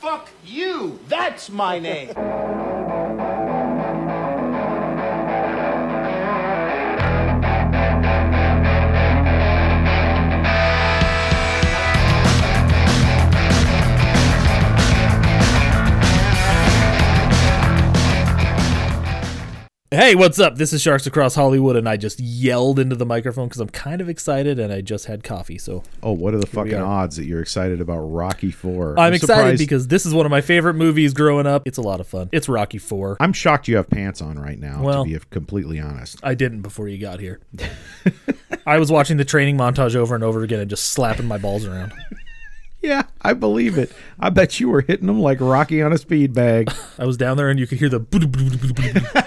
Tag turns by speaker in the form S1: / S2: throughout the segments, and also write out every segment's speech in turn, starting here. S1: Fuck you. That's my name.
S2: Hey, what's up? This is Sharks Across Hollywood, and I just yelled into the microphone because I'm kind of excited and I just had coffee. So
S3: Oh, what are the fucking
S2: are.
S3: odds that you're excited about Rocky Four?
S2: I'm, excited
S3: surprised-
S2: because this is one of my favorite movies growing up. It's a lot of fun. It's Rocky Four.
S3: I'm shocked you have pants on right now.
S2: Well-
S3: to be completely honest,
S2: I didn't before you got here. I was watching the training montage over and over again and just slapping my balls around.
S3: yeah, I believe it. I bet you were hitting them like Rocky on a speed bag.
S2: I was down there and you could hear the. boo- boo- boo- boo- boo- boo.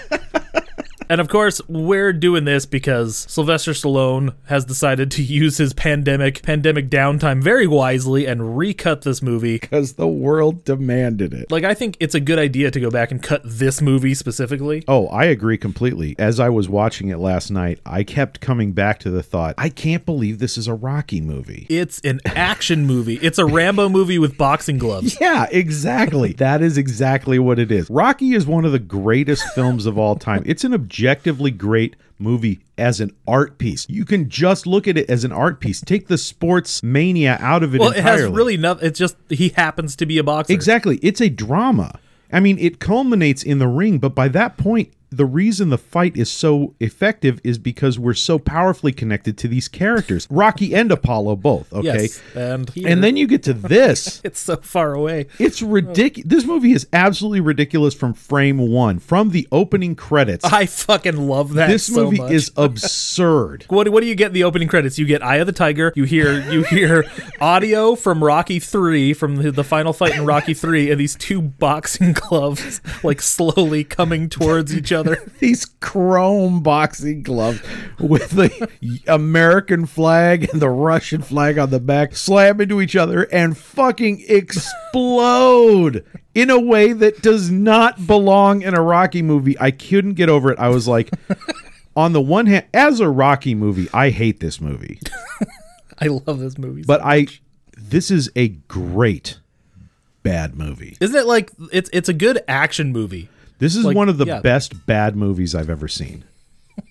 S2: And of course, we're doing this because Sylvester Stallone has decided to use his pandemic pandemic downtime very wisely and recut this movie
S3: because the world demanded it.
S2: like I think it's a good idea to go back and cut this movie specifically.
S3: Oh, I agree completely. As I was watching it last night, I kept coming back to the thought, I can't believe this is a Rocky movie.
S2: It's an action movie. It's a Rambo movie with boxing gloves.
S3: Yeah, exactly. that is exactly what it is. Rocky is one of the greatest films of all time. It's an objectively great movie as an art piece. You can just look at it as an art piece. Take the sports mania out of it
S2: Well, it
S3: entirely.
S2: has really nothing. It's just he happens to be a boxer.
S3: Exactly. It's a drama. I mean, it culminates in the ring, but by that point, the reason the fight is so effective is because we're so powerfully connected to these characters, Rocky and Apollo both, okay?
S2: Yes, and here,
S3: And then you get to this.
S2: it's so far away.
S3: It's ridiculous. This movie is absolutely ridiculous from frame 1, from the opening credits.
S2: I fucking love that.
S3: this
S2: so
S3: movie
S2: much.
S3: is absurd.
S2: What, what do you get in the opening credits? You get Eye of the Tiger. You hear you hear audio from Rocky Three from the, the final fight in Rocky Three, and these two boxing gloves like slowly coming towards each other.
S3: These chrome boxing gloves with the American flag and the Russian flag on the back slam into each other and fucking explode in a way that does not belong in a Rocky movie. I couldn't get over it. I was like, on the one hand, as a Rocky movie, I hate this movie.
S2: I love this movie. so
S3: But I, this is a great bad movie.
S2: Isn't it like it's it's a good action movie?
S3: This is
S2: Like,
S3: one of the
S2: yeah.
S3: best bad movies I've ever seen.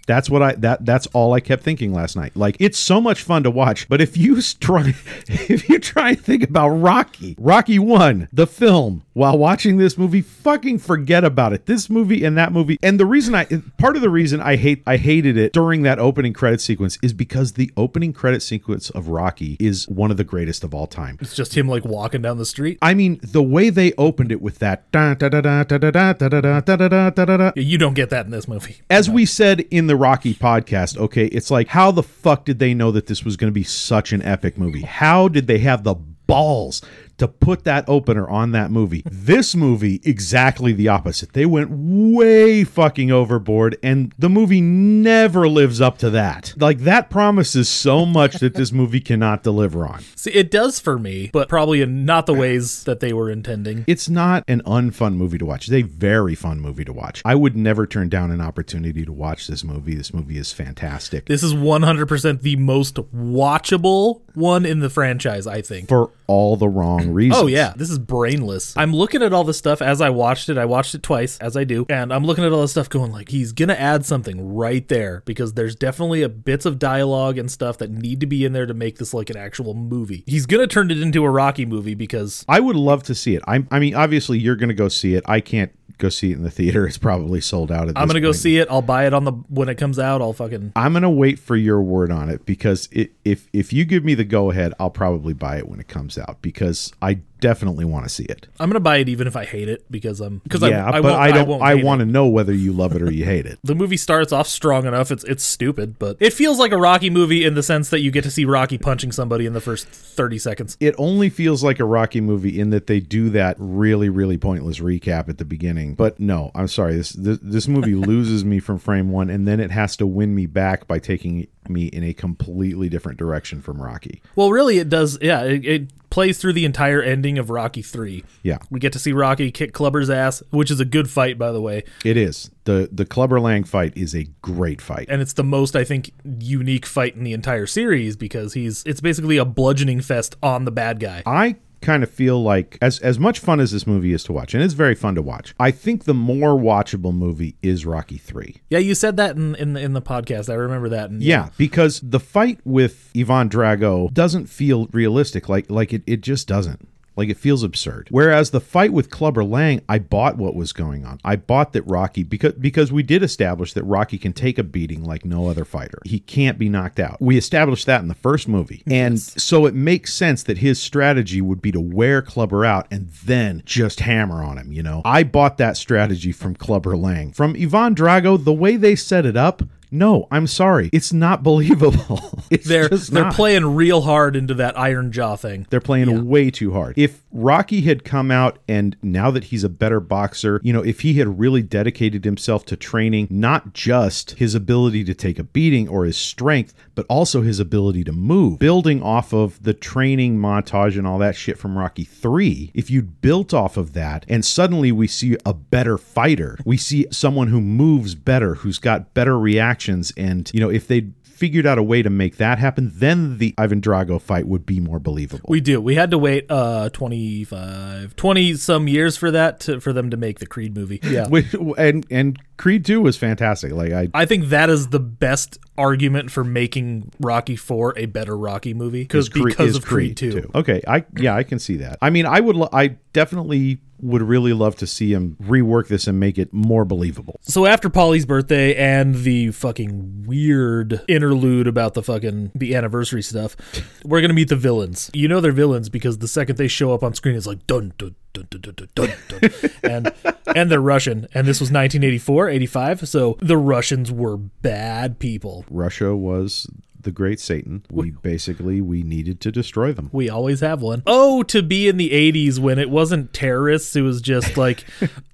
S3: That's what I that that's all I kept thinking last night. Like it's so much fun to watch, but if you s- try if you try and think about Rocky, Rocky 1, the film, while watching this movie, fucking forget about it. This movie and that movie. And the reason I part of the reason I hate I hated it during that opening credit sequence is because the opening credit sequence of Rocky is one of the greatest of all time.
S2: It's just him like walking down the street.
S3: I mean, the way they opened it with that da da da da da da da da da da da da da da
S2: You don't get that in this movie.
S3: as we said in the Rocky podcast, okay, it's like how the fuck did they know that this was going to be such an epic movie? How did they have the balls to put that opener on that movie? This movie exactly the opposite. They went way fucking overboard and the movie never lives up to that. Like that promises so much that this movie cannot deliver on.
S2: See, it does for me, but probably in not the ways that they were intending.
S3: It's not an unfun movie to watch. It's a very fun movie to watch. I would never turn down an opportunity to watch this movie. This movie is fantastic.
S2: This is 100% the most watchable one in the franchise, I think.
S3: for all the wrong reasons.
S2: Oh yeah, this is brainless. I'm looking at all this stuff as I watched it. I watched it twice as I do, and I'm looking at all this stuff going like he's going to add something right there because there's definitely a bits of dialogue and stuff that need to be in there to make this like an actual movie. He's going to turn it into a Rocky movie because
S3: I would love to see it. I, I mean, obviously, you're going to go see it. I can't go see it in the theater. It's probably sold out. At
S2: I'm
S3: going
S2: gonna
S3: to
S2: go see it. I'll buy it on the when it comes out. I'll fucking
S3: I'm going to wait for your word on it because it, if if you give me the go ahead, I'll probably buy it when it comes out because I definitely want to see it.
S2: I'm gonna buy it even if I hate it because I'm because
S3: yeah,
S2: I, I
S3: but
S2: won't,
S3: I don't.
S2: won't
S3: I,
S2: hate it.
S3: want to know whether you love it or you hate it.
S2: The movie starts off strong enough. It's it's stupid, but it feels like a Rocky movie in the sense that you get to see Rocky punching somebody in the first 30 seconds.
S3: It only feels like a Rocky movie in that they do that really, really pointless recap at the beginning. But no, I'm sorry. This this, this movie loses me from frame one, and then it has to win me back by taking me in a completely different direction from Rocky.
S2: Well, really, it does. Yeah, it, it plays through the entire ending of Rocky Three.
S3: Yeah.
S2: we get to see Rocky kick Clubber's ass, which is a good fight, by the way,
S3: It is the the Clubber Lang fight is a great fight.
S2: and it's the most I think unique fight in the entire series because he's it's basically a bludgeoning fest on the bad guy.
S3: I kind of feel like as as much fun as this movie is to watch, and it's very fun to watch. I think the more watchable movie is Rocky 3.
S2: Yeah, you said that in in the, in the podcast. I remember that. And
S3: Yeah, because the fight with Ivan Drago doesn't feel realistic. Like like it, it just doesn't. Like it feels absurd. Whereas the fight with Clubber Lang, I bought what was going on. I bought that Rocky because because we did establish that Rocky can take a beating like no other fighter. He can't be knocked out. We established that in the first movie. And so it makes sense that his strategy would be to wear Clubber out and then just hammer on him, you know. I bought that strategy from Clubber Lang. From Ivan Drago, the way they set it up, no, I'm sorry. It's not believable. It's
S2: they're
S3: just
S2: they're
S3: not.
S2: playing real hard into that iron jaw thing.
S3: They're playing way too hard. If Rocky had come out and now that he's a better boxer, you know, if he had really dedicated himself to training, not just his ability to take a beating or his strength, but also his ability to move, building off of the training montage and all that shit from Rocky 3, if you'd built off of that and suddenly we see a better fighter, we see someone who moves better, who's got better reactions, and, you know, if they'd figured out a way to make that happen, then the Ivan Drago fight would be more believable.
S2: We do. We had to wait uh 25 20 some years for that to, for them to make the Creed movie. Yeah.
S3: Which, and and Creed 2 was fantastic. Like I
S2: I think that is the best argument for making Rocky 4 a better Rocky movie cuz
S3: is Cre-
S2: because
S3: is
S2: of Creed 2.
S3: too. Okay, I yeah, I can see that. I mean, I would lo- I definitely would really love to see him rework this and make it more believable.
S2: So after Polly's birthday and the fucking weird interlude about the fucking the anniversary stuff, we're gonna meet the villains. You know they're villains because the second they show up on screen, it's like dun dun dun dun dun dun dun, dun. and and they're Russian. And this was 1984, 85. So the Russians were bad people.
S3: Russia was the great Satan. We basically we needed to destroy them.
S2: We always have one. Oh, to be in the 80s when it wasn't terrorists, it was just like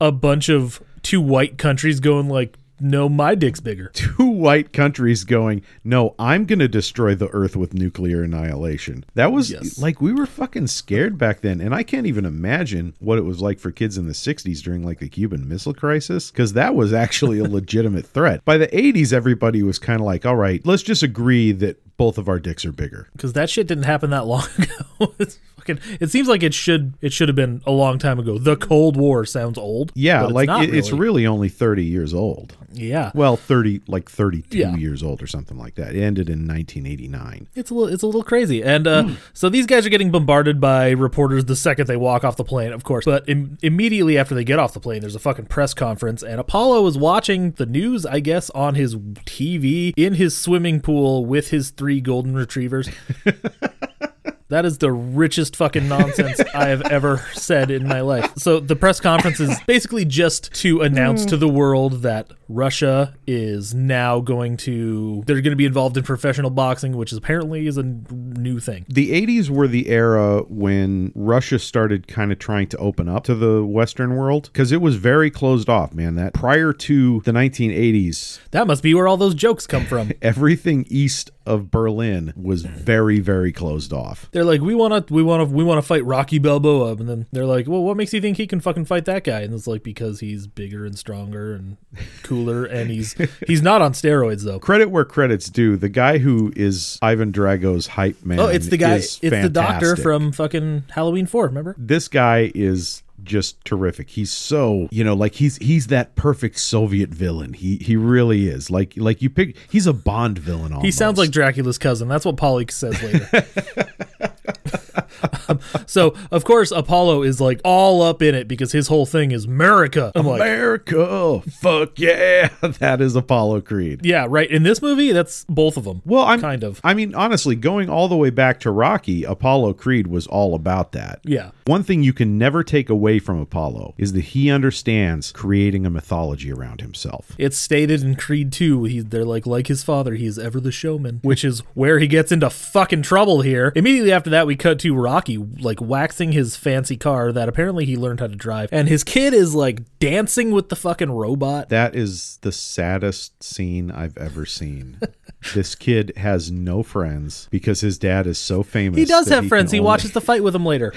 S2: a bunch of two white countries going like, no, my dick's bigger.
S3: Two white countries going, "No, I'm going to destroy the earth with nuclear annihilation." That was
S2: Yes.
S3: like we were fucking scared back then, and I can't even imagine what it was like for kids in the 60s during like the Cuban Missile Crisis cuz that was actually a legitimate threat. By the 80s everybody was kind of like, "All right, let's just agree that both of our dicks are bigger."
S2: because that shit didn't happen that long ago. it's fucking, it seems like it should it should have been a long time ago. The Cold War sounds old.
S3: Yeah,
S2: but it's
S3: like
S2: not
S3: it- it's really only 30 years old.
S2: yeah.
S3: Well, 30 like 32
S2: Yeah.
S3: years old or something like that. It ended in 1989.
S2: It's a little it's a little crazy. And uh,
S3: Hmm.
S2: so these guys are getting bombarded by reporters the second they walk off the plane, of course. But Im- immediately after they get off the plane, there's a fucking press conference, and Apollo is watching the news, I guess, on his TV in his swimming pool with his three golden retrievers. That is the richest fucking nonsense I have ever said in my life. So the press conference is basically just to announce to the world that Russia is now going to they're going to be involved in professional boxing, which is apparently is a n- new thing.
S3: the 80s were the era when Russia started kind of trying to open up to the Western world because it was very closed off, man. That prior to the 1980s,
S2: That must be where all those jokes come from.
S3: everything east of Berlin was very, very closed off.
S2: They're like, we want to, we want to, we want to fight Rocky Balboa, and then they're like, well, what makes you think he can fucking fight that guy? And it's like because he's bigger and stronger and cooler, and he's he's not on steroids though.
S3: Credit where credit's due. The guy who is Ivan Drago's hype man.
S2: Oh, it's the guy.
S3: is
S2: It's the doctor
S3: fantastic.
S2: from fucking Halloween Four. Remember?
S3: This guy is just terrific. He's so, you know, like he's he's that perfect Soviet villain. He he really is. Like like you pick he's a Bond villain almost.
S2: He sounds like Dracula's cousin. That's what Polly says later. Um, so of course Apollo is like all up in it because his whole thing is America. I'm like,
S3: America, fuck yeah, that is Apollo Creed.
S2: yeah, right. In this movie, that's both of them.
S3: Well, I'm
S2: Kind of.
S3: I mean, honestly, going all the way back to Rocky, Apollo Creed was all about that.
S2: Yeah.
S3: One thing you can never take away from Apollo is that he understands creating a mythology around himself.
S2: It's stated in Creed 2, he, they're like, like his father, he is ever the showman, which is where he gets into fucking trouble here. Immediately after that, we cut to Rocky, like, waxing his fancy car that apparently he learned how to drive. And his kid is, like, dancing with the fucking robot.
S3: That is the saddest scene I've ever seen. this kid has no friends because his dad is so famous.
S2: He does
S3: that
S2: have
S3: can
S2: friends. He
S3: only-
S2: watches the fight with him later.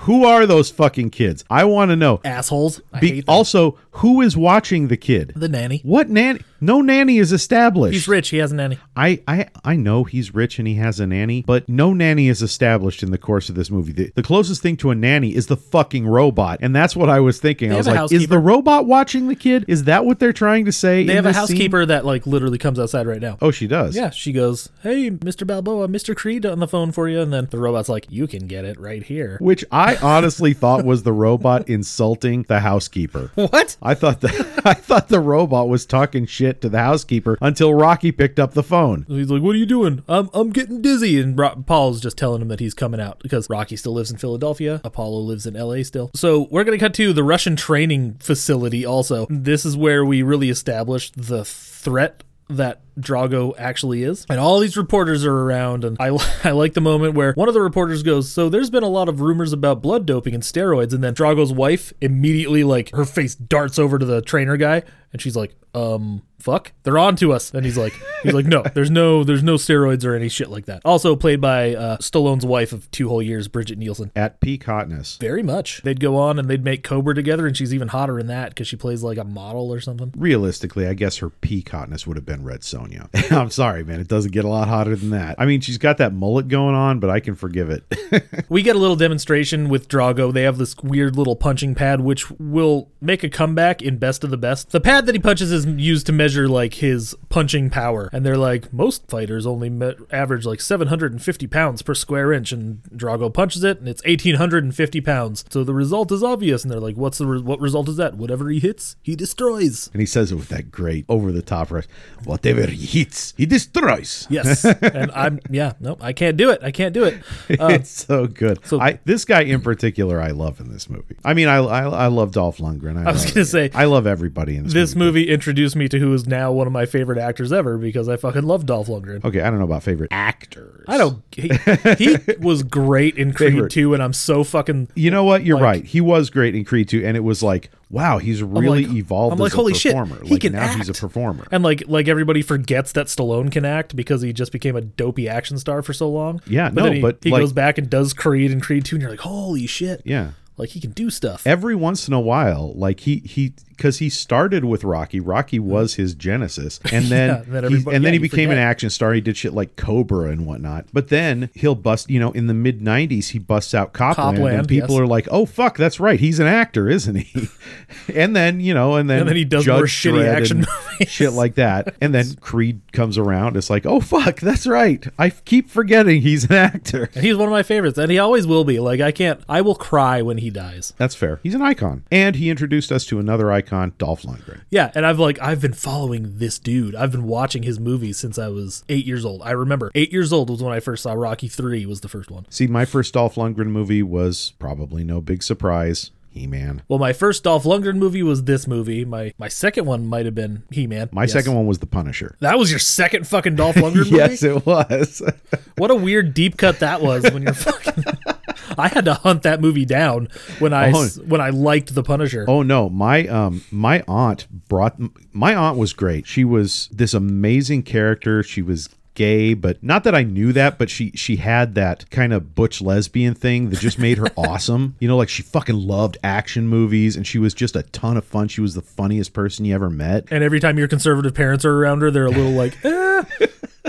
S3: Who are those fucking kids? I want to know.
S2: Assholes. I
S3: Be-
S2: hate them.
S3: also, who is watching the kid?
S2: the nanny.
S3: What nanny? No nanny is established.
S2: He's rich. He has a nanny.
S3: I, I I know he's rich and he has a nanny, but no nanny is established in the course of this movie. The, the closest thing to a nanny is the fucking robot, and that's what I was thinking. I
S2: have
S3: was
S2: a
S3: like, is
S2: housekeeper.
S3: the robot watching the kid? Is that what they're trying to say?
S2: They have
S3: in
S2: a
S3: this scene?
S2: housekeeper that like literally comes outside right now.
S3: Oh, she does.
S2: Yeah, she goes, "Hey, Mr. Balboa, Mr. Creed on the phone for you," and then the robot's like, "You can get it right here."
S3: Which I honestly thought was the robot insulting the housekeeper.
S2: What?
S3: I thought the I thought the robot was talking shit to the housekeeper until Rocky picked up the phone.
S2: He's like, "What are you doing? I'm I'm getting dizzy." And Ro- Paul's just telling him that he's coming out because Rocky still lives in Philadelphia. Apollo lives in L.A. still. So we're gonna cut to the Russian training facility. Also, this is where we really establish the threat that Drago actually is. And all these reporters are around and I I like the moment where one of the reporters goes, "So there's been a lot of rumors about blood doping and steroids." And then Drago's wife immediately like her face darts over to the trainer guy and she's like, "Um, fuck. They're on to us." And he's like he's like, "No, there's no there's no steroids or any shit like that." Also played by uh Stallone's wife of 2 whole years, Bridget Nielsen.
S3: At peak hotness.
S2: Very much. They'd go on and they'd make Cobra together and she's even hotter in that cuz she plays like a model or something.
S3: realistically, I guess her peak hotness would have been Red Sonia. I'm sorry, man. It doesn't get a lot hotter than that. I mean, she's got that mullet going on, but I can forgive it.
S2: We get a little demonstration with Drago. They have this weird little punching pad, which will make a comeback in Best of the Best. The pad that he punches is used to measure like his punching power, and they're like most fighters only me- average like 750 pounds per square inch, and Drago punches it, and it's 1850 pounds. So the result is obvious, and they're like, "What's the re- what result is that? Whatever he hits, he destroys."
S3: and he says it with that great over the top rush. Whatever he hits, he destroys.
S2: Yes, and I'm yeah, no, I can't do it. I can't do it.
S3: it's
S2: Uh,
S3: so good. I, this guy in particular, I love in this movie. I mean, I I, I love Dolph Lundgren. I,
S2: was
S3: love-
S2: gonna say,
S3: I love everybody in this,
S2: This
S3: movie.
S2: movie introduced me to who is now one of my favorite actors ever because I fucking love Dolph Lundgren.
S3: Okay, I don't know about favorite actors.
S2: I don't. He, he was great in Creed
S3: Favorite.
S2: 2, and I'm so fucking.
S3: You know what? You're right. He was great in Creed 2, and it was like, wow, he's really
S2: like-
S3: evolved
S2: I'm
S3: as
S2: like,
S3: a
S2: holy shit,
S3: performer.
S2: he
S3: like
S2: can
S3: now he's a
S2: act.
S3: performer.
S2: And like, like everybody forgets that Stallone can act because he just became a dopey action star for so long.
S3: Yeah,
S2: but
S3: no,
S2: then he,
S3: but,
S2: he
S3: like-
S2: goes back and does Creed and Creed 2, and you're like, holy shit,
S3: Yeah.
S2: like he can do stuff.
S3: every once in a while like he he because he started with rocky rocky was his genesis and then
S2: Mm. Yeah, that
S3: he-
S2: everybody-
S3: and
S2: yeah,
S3: then he
S2: you
S3: became an
S2: forget.
S3: action star he did shit like cobra and whatnot but then he'll bust you know in the mid 90s he busts out copland,
S2: Copland,
S3: and people
S2: yes.
S3: are like oh fuck that's right he's an actor isn't he and then you know and then
S2: And then he does
S3: Judge
S2: more shitty
S3: Dredd
S2: action
S3: and
S2: movies.
S3: shit like that and then creed comes around it's like oh fuck that's right i f- keep forgetting he's an actor
S2: And he's one of my favorites, and he always will be. Like, I can't. I will cry when he dies.
S3: that's fair he's an icon and he introduced us to another icon dolph lundgren
S2: Yeah, and I've like I've been following this dude. I've been watching his movies since I was eight years old. I remember eight years old was when I first saw Rocky Three was the first one.
S3: See, my first Dolph Lundgren movie was probably no big surprise. He Man.
S2: Well, my first Dolph Lundgren movie was this movie. My my second one might have been He Man.
S3: My second one was The Punisher.
S2: That was your second fucking Dolph Lundgren
S3: Yes,
S2: movie.
S3: it was.
S2: What a weird deep cut that was when you're fucking. I had to hunt that movie down when I s- when I liked The Punisher.
S3: oh no, my um my aunt brought my aunt was great. She was this amazing character. She was gay, but not that I knew that, but she she had that kind of butch lesbian thing that just made her awesome. You know, like she fucking loved action movies and she was just a ton of fun. She was the funniest person you ever met.
S2: And every time your conservative parents are around her, they're a little like, eh.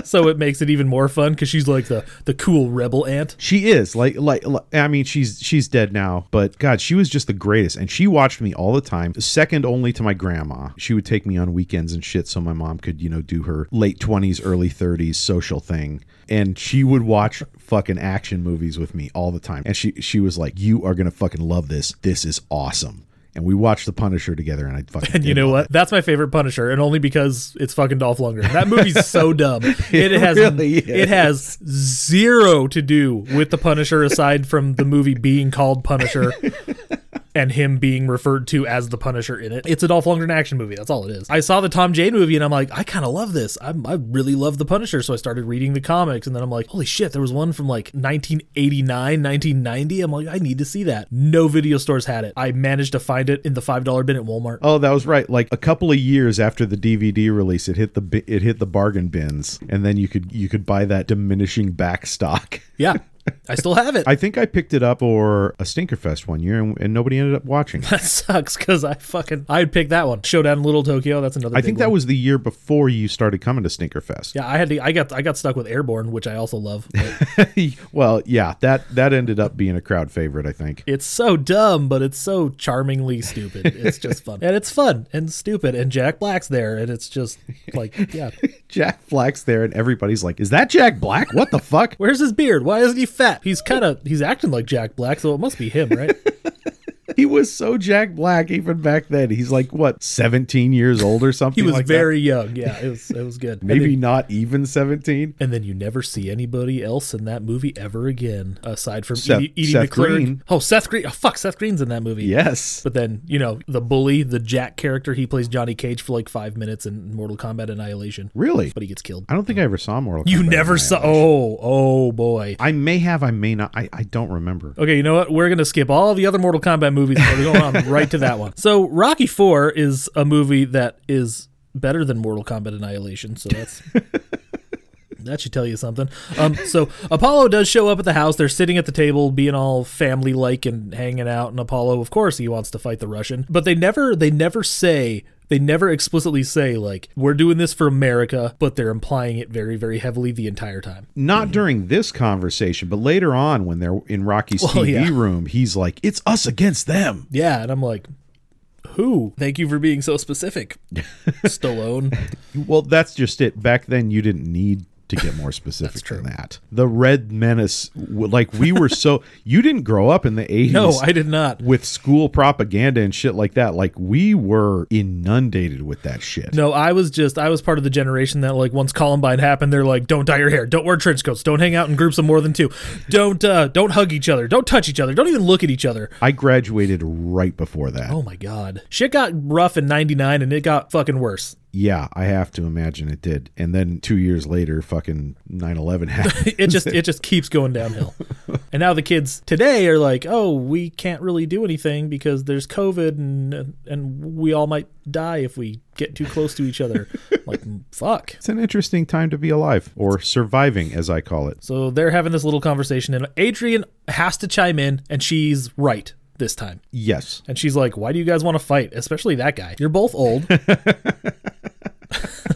S2: so it makes it even more fun because she's like the the cool rebel aunt.
S3: She is like, like like I mean she's she's dead now, but God, she was just the greatest, and she watched me all the time, second only to my grandma. She would take me on weekends and shit, so my mom could you know do her late twenties, early thirties social thing, and she would watch fucking action movies with me all the time, and she she was like, "You are gonna fucking love this. This is awesome." And we watched The Punisher together, and I fucking
S2: And you
S3: did
S2: know
S3: love
S2: what? That's my favorite Punisher, and only because it's fucking Dolph Lundgren. That movie's so dumb. It, has
S3: really is.
S2: it has zero to do with the Punisher aside from the movie being called Punisher and him being referred to as the Punisher in it. It's a Dolph Lundgren action movie. That's all it is. I saw the Tom Jane movie and I'm like, I kind of love this. I'm, I really love the Punisher. So I started reading the comics and then I'm like, holy shit, there was one from like 1989, 1990. I'm like, I need to see that. No video stores had it. I managed to find it in the $5 bin at Walmart.
S3: Oh, that was right. Like a couple of years after the DVD release, it hit the bi- it hit the bargain bins, and then you could you could buy that diminishing back stock.
S2: Yeah. I still have it.
S3: I think I picked it up for a Stinkerfest one year, and, and nobody ended up watching.
S2: that sucks because I fucking I'd pick that one. Showdown in Little Tokyo. That's another.
S3: I
S2: big
S3: think that
S2: one.
S3: was the year before you started coming to Stinkerfest.
S2: Yeah, I had to. I got I got stuck with Airborne, which I also love. but
S3: well, yeah, that that ended up being a crowd favorite, I think.
S2: it's so dumb, but it's so charmingly stupid. It's just fun, and it's fun and stupid. And Jack Black's there, and it's just like, yeah,
S3: Jack Black's there, and everybody's like, "Is that Jack Black? What the fuck?"
S2: where's his beard? Why isn't he fat? He's kind of he's acting like Jack Black, so it must be him, right?
S3: He was so Jack Black even back then. He's like what, seventeen years old or something?
S2: He was
S3: like that?
S2: very young. Yeah, it was it was good. And
S3: maybe
S2: then-
S3: not even seventeen.
S2: And then you never see anybody else in that movie ever again, aside from
S3: Seth-
S2: Edie, Edie
S3: Seth
S2: McClurg.
S3: Green.
S2: Oh, Seth Green. Oh, fuck, Seth Green's in that movie.
S3: Yes,
S2: But then, you know, the bully, the Jack character, he plays Johnny Cage for like five minutes in Mortal Kombat Annihilation.
S3: really.
S2: But he gets killed.
S3: I don't think I ever saw Mortal.
S2: You
S3: Kombat
S2: never saw.
S3: Annihilation.
S2: Oh, oh boy.
S3: I may have. I may not. I, I don't remember.
S2: Okay, you know what? We're gonna skip all the other Mortal Kombat movies. and We're going on right to that one. So Rocky Four is a movie that is better than Mortal Kombat Annihilation. So that's that should tell you something. Um, so Apollo does show up at the house. They're sitting at the table, being all family like and hanging out. And Apollo, of course, he wants to fight the Russian, but they never they never say. They never explicitly say like we're doing this for America, but they're implying it very, very heavily the entire time.
S3: Not during this conversation, but later on when they're in Rocky's
S2: Well,
S3: TV
S2: yeah.
S3: room, he's like, "It's us against them."
S2: Yeah, and I'm like, who? Thank you for being so specific, Stallone.
S3: Well, that's just it. Back then, you didn't need to get more specific than that. The Red Menace, w- like we were so. you didn't grow up in the eighties.
S2: No, I did not.
S3: With school propaganda and shit like that, like we were inundated with that shit.
S2: No, I was just I was part of the generation that like once Columbine happened, they're like, don't dye your hair, don't wear trench coats, don't hang out in groups of more than two, don't uh, don't hug each other, don't touch each other, don't even look at each other.
S3: I graduated right before that.
S2: Oh my god, shit got rough in '99 and it got fucking worse.
S3: Yeah, I have to imagine it did. And then two years later, fucking 9 11 happened.
S2: It just it just keeps going downhill. And now the kids today are like, oh, we can't really do anything because there's COVID and and we all might die if we get too close to each other. like "Mm, fuck.
S3: it's an interesting time to be alive, or surviving, as I call it.
S2: So they're having this little conversation, and Adrian has to chime in, and she's right this time.
S3: Yes.
S2: And she's like, Why do you guys want to fight? Especially that guy. You're both old.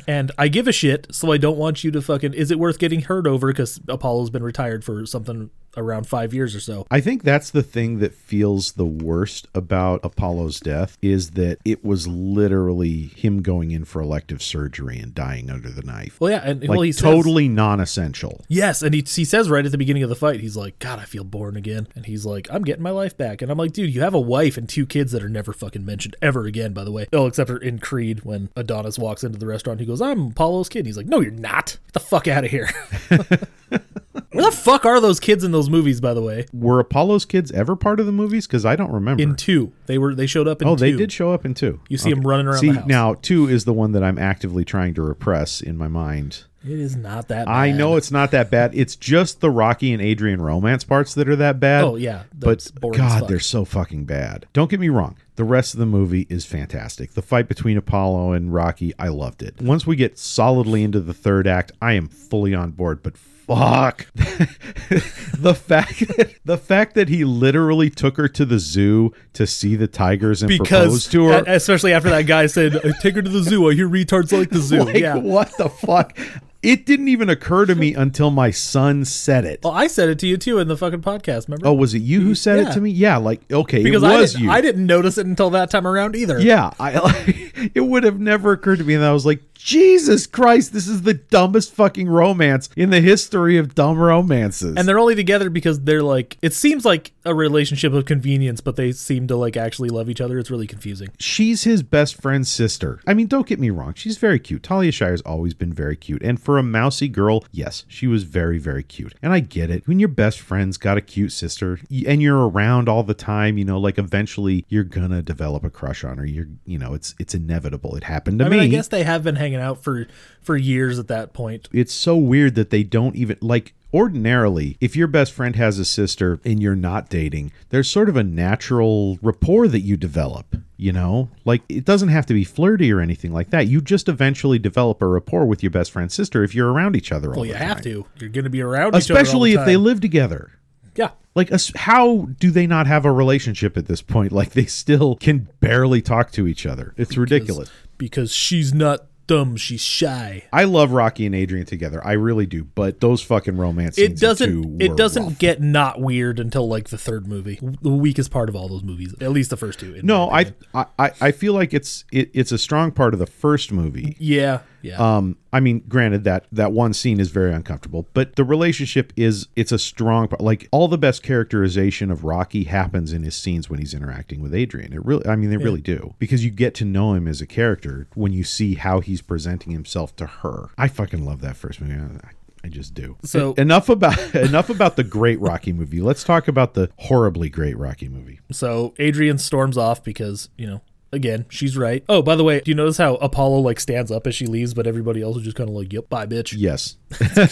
S2: and I give a shit, so I don't want you to fucking. Is it worth getting hurt over? Because Apollo's been retired for something around five years or so.
S3: I think that's the thing that feels the worst about Apollo's death is that it was literally him going in for elective surgery and dying under the knife.
S2: Well, yeah. And
S3: like,
S2: well, he says-
S3: totally non essential.
S2: Yes, and he, he says right at the beginning of the fight, he's like, God, I feel born again. And he's like, I'm getting my life back. And I'm like, dude, you have a wife and two kids that are never fucking mentioned ever again, by the way. Oh, except for in Creed when Adonis walks into the restaurant. He goes, I'm Apollo's kid. He's like, No, you're not. Get the fuck out of here. Where the fuck are those kids in those movies, by the way?
S3: Were Apollo's kids ever part of the movies? Because I don't remember.
S2: In two. They were they showed up in
S3: oh, they
S2: two.
S3: did show up in two.
S2: You see him running around
S3: See,
S2: the house.
S3: now two is the one that I'm actively trying to repress in my mind.
S2: It is not that
S3: I
S2: bad.
S3: know it's not that bad. It's just the Rocky and Adrian romance parts that are that bad.
S2: Oh, yeah.
S3: but
S2: That's boring as
S3: God,
S2: fuck.
S3: they're so fucking bad. Don't get me wrong. The rest of the movie is fantastic. The fight between Apollo and Rocky, I loved it. Once we get solidly into the third act, I am fully on board. But fuck, the fact that, the fact that he literally took her to the zoo to see the tigers and
S2: because e-,
S3: proposed to her.
S2: especially after that guy said, "Take her to the zoo." I hear retards like the zoo.
S3: like,
S2: yeah,
S3: what the fuck? It didn't even occur to me until my son said it.
S2: Well, Oh, I said it to you too in the fucking podcast. Remember?
S3: Oh, was it you who said
S2: Yeah.
S3: it to me? Yeah, like okay,
S2: because
S3: it
S2: I
S3: was
S2: didn't,
S3: you.
S2: I didn't notice it until that time around either.
S3: Yeah, I it would have never occurred to me, and I was like, Jesus Christ, this is the dumbest fucking romance in the history of dumb romances.
S2: And they're only together because they're like it seems like a relationship of convenience, but they seem to like actually love each other. It's really confusing.
S3: she's his best friend's sister. I mean, don't get me wrong, she's very cute. Talia Shire's always been very cute, and for a mousy girl, yes, she was very very cute. And I get it. When your best friend's got a cute sister, y- and you're around all the time, you know, like eventually you're gonna develop a crush on her. You're, you know, it's it's inevitable. It happened to
S2: I
S3: me.
S2: mean, I guess they have been hanging out for for years at that point.
S3: it's so weird that they don't even like ordinarily if your best friend has a sister and you're not dating there's sort of a natural rapport that you develop you know like it doesn't have to be flirty or anything like that you just eventually develop a rapport with your best friend's sister if you're around each other all
S2: Well, you
S3: the
S2: have
S3: time.
S2: to. You're going to be around, each other all
S3: especially
S2: the
S3: if they
S2: time.
S3: live together
S2: Yeah.
S3: Like, us- how do they not have a relationship at this point? Like, they still can barely talk to each other. It's ridiculous.
S2: Because she's not dumb, she's shy.
S3: I love Rocky and Adrian together. I really do. But those fucking romance scenes in
S2: It
S3: two
S2: doesn't
S3: were
S2: it doesn't
S3: rough.
S2: get not weird until like the third movie. The weakest part of all those movies, at least the first two. in
S3: No,
S2: my
S3: I,
S2: opinion.
S3: I I- I feel like it's it, it's a strong part of the first movie.
S2: Yeah. Yeah.
S3: Um, I mean, granted that that one scene is very uncomfortable, but the relationship is it's a strong part. Like all the best characterization of Rocky happens in his scenes when he's interacting with Adrian. It really, I mean, they really do because you get to know him as a character when you see how he's presenting himself to her. I fucking love that first movie. I, I just do.
S2: So-
S3: En- enough about enough about the great Rocky movie. Let's talk about the horribly great Rocky movie.
S2: So Adrian storms off because, you know, again, she's right. Oh, by the way, do you notice how Apollo like stands up as she leaves, but everybody else is just kind of like, yep, bye, bitch.
S3: Yes,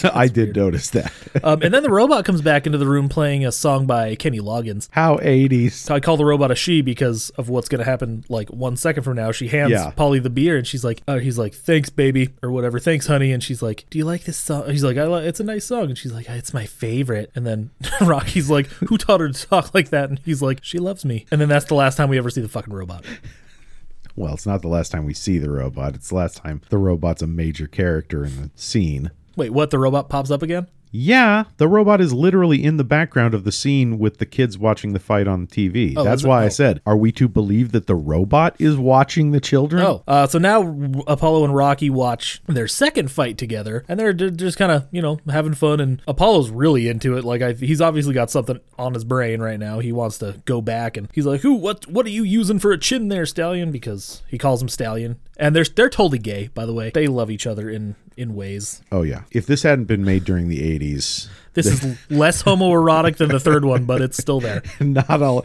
S3: I did notice that.
S2: Um, and then the robot comes back into the room playing a song by Kenny Loggins.
S3: How eighties.
S2: So I call the robot a she because of what's going to happen like one second from now. She hands
S3: Yeah.
S2: Polly the beer and she's like, oh, he's like, thanks, baby, or whatever. Thanks, honey. And she's like, do you like this song? He's like, I li- it's a nice song. And she's like, it's my favorite. And then Rocky's like, who taught her to talk like that? And he's like, she loves me. And then that's the last time we ever see the fucking robot.
S3: Well, it's not the last time we see the robot. It's the last time the robot's a major character in the scene.
S2: Wait, what? The robot pops up again?
S3: Yeah, the robot is literally in the background of the scene with the kids watching the fight on TV. That's
S2: is it?
S3: why I
S2: Oh.
S3: said, are we to believe that the robot is watching the children?
S2: Oh, uh, so now Apollo and Rocky watch their second fight together, and they're, they're just kind of you know having fun. And Apollo's really into it. Like I, he's obviously got something on his brain right now. He wants to go back, and he's like, "Who? What? What are you using for a chin there, Stallion?" Because he calls him Stallion, and they're they're totally gay. By the way, they love each other in in ways.
S3: Oh, yeah. If this hadn't been made during the 80s,
S2: This is less homoerotic than the third one, but it's still there.
S3: not a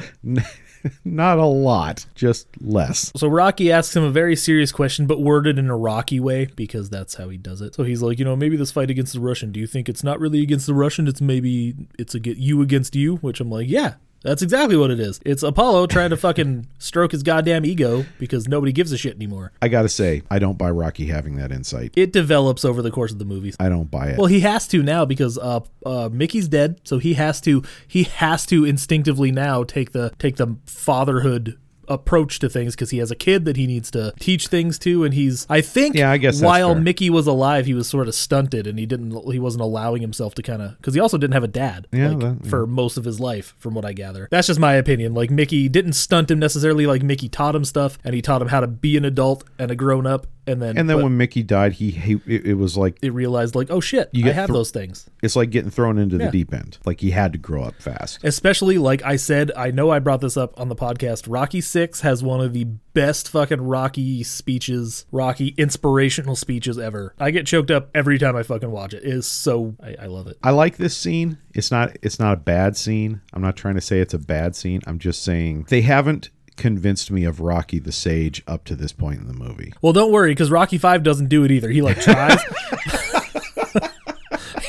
S3: not a lot, just less.
S2: So Rocky asks him a very serious question, but worded in a Rocky way because that's how he does it. So he's like, you know, maybe this fight against the Russian. Do you think it's not really against the Russian? It's maybe it's a you against you. Which I'm like, yeah, that's exactly what it is. It's Apollo trying to fucking stroke his goddamn ego because nobody gives a shit anymore.
S3: I got to say, I don't buy Rocky having that insight.
S2: It develops over the course of the movies.
S3: I don't buy it.
S2: Well, he has to now because uh, uh, Mickey's dead, so he has to he has to instinctively now take the take the fatherhood approach to things because he has a kid that he needs to teach things to, and he's I think
S3: Yeah, I guess that's
S2: while
S3: fair.
S2: Mickey was alive, he was sort of stunted and he didn't he wasn't allowing himself to kind of because he also didn't have a dad
S3: Yeah,
S2: like,
S3: that-
S2: for most of his life, from what I gather. That's just my opinion. Like Mickey didn't stunt him necessarily. Like Mickey taught him stuff, and he taught him how to be an adult and a grown up, and then
S3: and then
S2: but
S3: when Mickey died, he, he it, it was like
S2: it realized like oh shit, you I
S3: get
S2: have
S3: thr-
S2: those things.
S3: it's like getting thrown into the
S2: Yeah.
S3: deep end. Like he had to grow up fast.
S2: Especially like I said, I know I brought this up on the podcast. Rocky Six has one of the best fucking Rocky speeches, Rocky inspirational speeches ever. I get choked up every time I fucking watch it. It is so I, I love it.
S3: I like this scene. It's not it's not a bad scene. I'm not trying to say it's a bad scene. I'm just saying they haven't convinced me of Rocky the Sage up to this point in the movie.
S2: Well, don't worry because Rocky Five doesn't do it either. He like tries.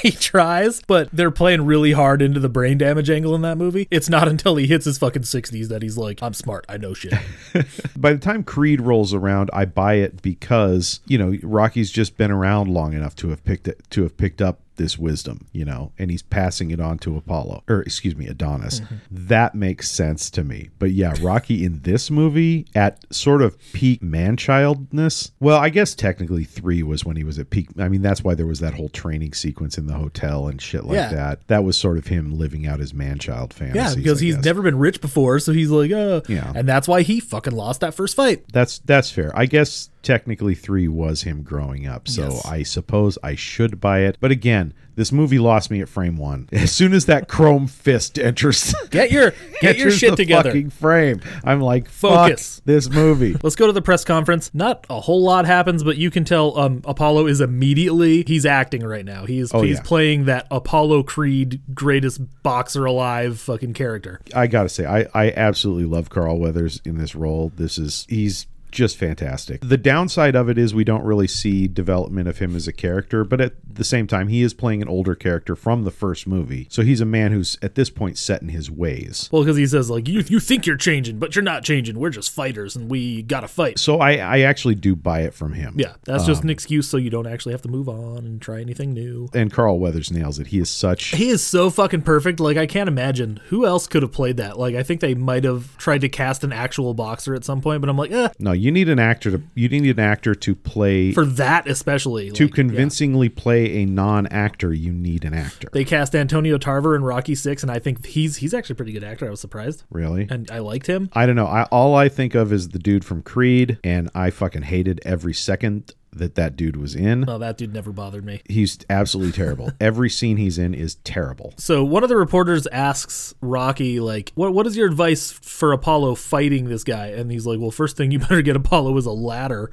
S2: He tries, but they're playing really hard into the brain damage angle in that movie. It's not until he hits his fucking 60s that he's like, I'm smart. I know shit.
S3: By the time Creed rolls around, I buy it because, you know, Rocky's just been around long enough to have picked it, to have picked up this wisdom, you know, and he's passing it on to Apollo or excuse me, Adonis.
S2: Mm-hmm.
S3: That makes sense to me. But yeah, Rocky in this movie at sort of peak man-childness. Well, I guess technically 3 was when he was at peak. I mean, that's why there was that whole training sequence in the hotel and shit like
S2: Yeah.
S3: that. That was sort of him living out his man-child
S2: Yeah,
S3: fantasies.
S2: because
S3: I
S2: he's
S3: guess.
S2: never been rich before, so he's like, uh,
S3: Yeah.
S2: and that's why he fucking lost that first fight.
S3: That's that's fair. I guess technically three was him growing up, so
S2: Yes.
S3: I suppose I should buy it. But again, this movie lost me at frame one. As soon as that chrome fist enters,
S2: Get your get your
S3: enters
S2: shit
S3: the
S2: together.
S3: fucking frame, I'm like,
S2: Focus.
S3: fuck this movie.
S2: Let's go to the press conference. Not a whole lot happens, but you can tell um, Apollo is immediately he's acting right now. He is he's
S3: Oh, yeah.
S2: playing that Apollo Creed greatest boxer alive fucking character.
S3: I gotta say, I I absolutely love Carl Weathers in this role. This is he's just fantastic. The downside of it is we don't really see development of him as a character, but at the same time, he is playing an older character from the first movie. So he's a man who's at this point set in his ways.
S2: Well, because he says like you you think you're changing, but you're not changing. We're just fighters, and we gotta fight.
S3: So I, I actually do buy it from him.
S2: Yeah, that's just
S3: Um,
S2: an excuse so you don't actually have to move on and try anything new.
S3: And Carl Weathers nails it. He is such.
S2: He is so fucking perfect. Like I can't imagine who else could have played that. Like I think they might have tried to cast an actual boxer at some point, but I'm like, eh,
S3: No, you need an actor to you need an actor to play
S2: for that especially.
S3: to
S2: like,
S3: convincingly play a non-actor. You need an actor.
S2: They cast Antonio Tarver in Rocky Six, and I think he's he's actually a pretty good actor. I was surprised,
S3: really?
S2: and I liked him.
S3: I don't know. I all I think of is the dude from Creed, and I fucking hated every second that that dude was in.
S2: No, that dude never bothered me.
S3: He's absolutely terrible. every scene he's in is terrible.
S2: So one of the reporters asks Rocky, like, what what is your advice for Apollo fighting this guy? And he's like, Well, first thing you better get Apollo is a ladder.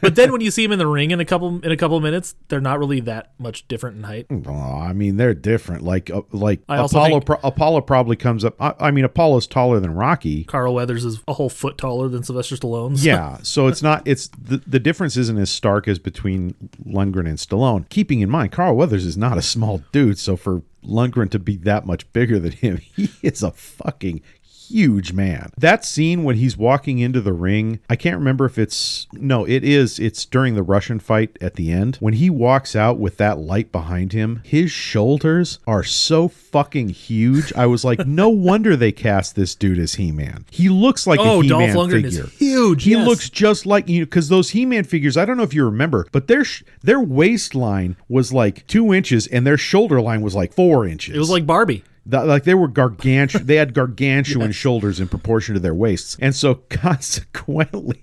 S2: but then when you see him in the ring in a couple in a couple minutes, they're not really that much different in height.
S3: Oh, I mean, they're different. Like, uh, like
S2: I also
S3: Apollo.
S2: think-
S3: pro- Apollo probably comes up. I, I mean, Apollo's taller than Rocky.
S2: Carl Weathers is a whole foot taller than Sylvester Stallone's.
S3: Yeah, so it's not. It's the, the difference isn't as stark as between Lundgren and Stallone. Keeping in mind, Carl Weathers is not a small dude. So for Lundgren to be that much bigger than him, he is a fucking huge man. That scene when he's walking into the ring, I can't remember if it's no, it is it's during the Russian fight at the end. When he walks out with that light behind him, his shoulders are so fucking huge. I was like, no wonder they cast this dude as He-Man. He looks like
S2: Oh,
S3: a He-Man
S2: Dolph Lundgren
S3: figure.
S2: is huge.
S3: He
S2: yes.
S3: looks just like you because those He-Man figures. I don't know if you remember, but their sh- their waistline was like two inches, and their shoulder line was like four inches.
S2: it was like Barbie.
S3: Th- like they were gargantuan. they had gargantuan shoulders in proportion to their waists, and so consequently,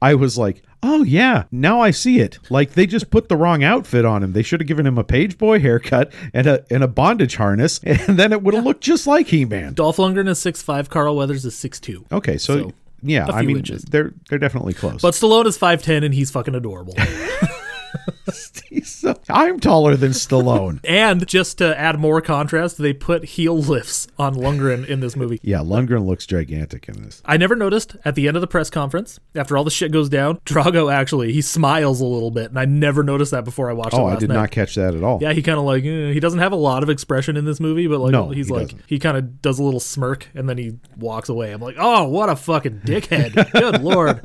S3: I was like, "Oh yeah, now I see it." Like they just put the wrong outfit on him. They should have given him a page boy haircut and a and a bondage harness, and then it would have looked just like He-Man.
S2: Dolph Lundgren is six five, Carl Weathers is six two.
S3: Okay, so.
S2: So,
S3: yeah,
S2: a
S3: I
S2: few
S3: mean
S2: inches.
S3: they're they're definitely close.
S2: But Stallone is five ten and he's fucking adorable.
S3: He's so- I'm taller than Stallone.
S2: and just to add more contrast, they put heel lifts on Lundgren in this movie.
S3: yeah, Lundgren looks gigantic in this.
S2: I never noticed at the end of the press conference, after all the shit goes down, Drago actually he smiles a little bit, and I never noticed that before I watched it
S3: Oh,
S2: last
S3: I did
S2: night.
S3: not catch that at all.
S2: Yeah, he kind of like eh, he doesn't have a lot of expression in this movie, but like
S3: No,
S2: he's
S3: he
S2: like
S3: doesn't.
S2: he kind of does a little smirk and then he walks away. I'm like, oh, what a fucking dickhead! Good lord,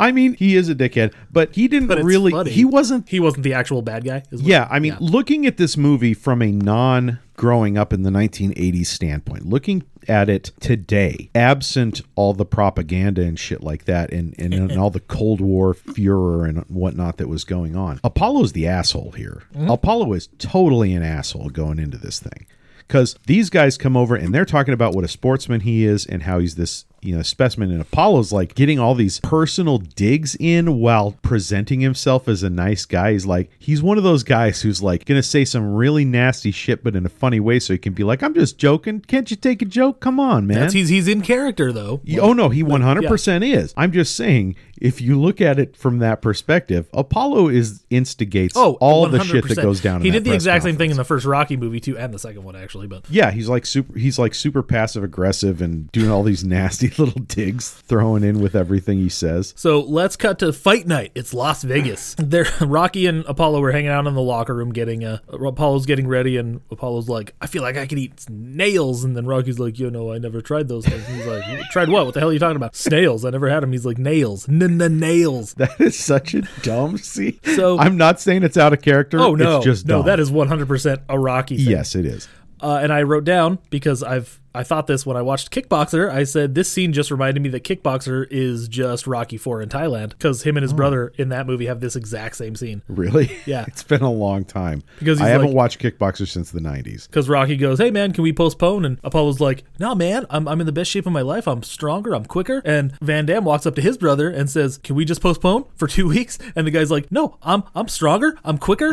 S3: I mean, he is a dickhead, but he didn't
S2: but it's
S3: really.
S2: funny.
S3: He wasn't.
S2: he wasn't the actual bad guy. Is what-
S3: Yeah, I mean, looking at this movie from a non growing up in the 1980s standpoint, looking at it today, absent all the propaganda and shit like that and, and, and all the Cold War furor and whatnot that was going on, Apollo's the asshole here.
S2: Mm-hmm.
S3: Apollo is totally an asshole going into this thing. because these guys come over and they're talking about what a sportsman he is and how he's this you know specimen and apollo's like getting all these personal digs in while presenting himself as a nice guy he's like he's one of those guys who's like gonna say some really nasty shit but in a funny way so he can be like i'm just joking can't you take a joke come on man
S2: That's- he's he's in character though.
S3: Y- oh no, he 100% is. I'm just saying, if you look at it from that perspective, Apollo is instigates
S2: Oh,
S3: all the shit that
S2: 100%.
S3: goes down.
S2: He
S3: in
S2: did
S3: that
S2: the
S3: press
S2: exact same thing
S3: conference.
S2: in the first Rocky movie too, and the second one actually. But
S3: Yeah, he's like super. He's like super passive aggressive and doing all these nasty little digs, throwing in with everything he says.
S2: So let's cut to fight night. It's Las Vegas. There, Rocky and Apollo were hanging out in the locker room, getting uh, Apollo's getting ready, and Apollo's like, "I feel like I could eat snails," and then Rocky's like, "You know, I never tried those things." And he's like, "Tried what? What the hell are you talking about? Snails? I never had them." He's like, "Nails, n n nails."
S3: That is such a dumb scene.
S2: So-
S3: I'm not saying it's out of character.
S2: Oh no,
S3: it's just
S2: no,
S3: dumb.
S2: that is one hundred percent a Rocky thing.
S3: yes, it is.
S2: uh, and I wrote down because I've I thought this when I watched Kickboxer. I said this scene just reminded me that Kickboxer is just Rocky Four in Thailand because him and his brother in that movie have this exact same scene.
S3: Really?
S2: Yeah.
S3: it's been a long time
S2: Because
S3: I
S2: he's
S3: haven't
S2: like-
S3: watched Kickboxer since the '90s.
S2: Because Rocky goes, "Hey man, can we postpone?" And Apollo's like, "No man, I'm I'm in the best shape of my life. I'm stronger. I'm quicker." And Van Dam walks up to his brother and says, "Can we just postpone for two weeks?" And the guy's like, "No, I'm I'm stronger. I'm quicker."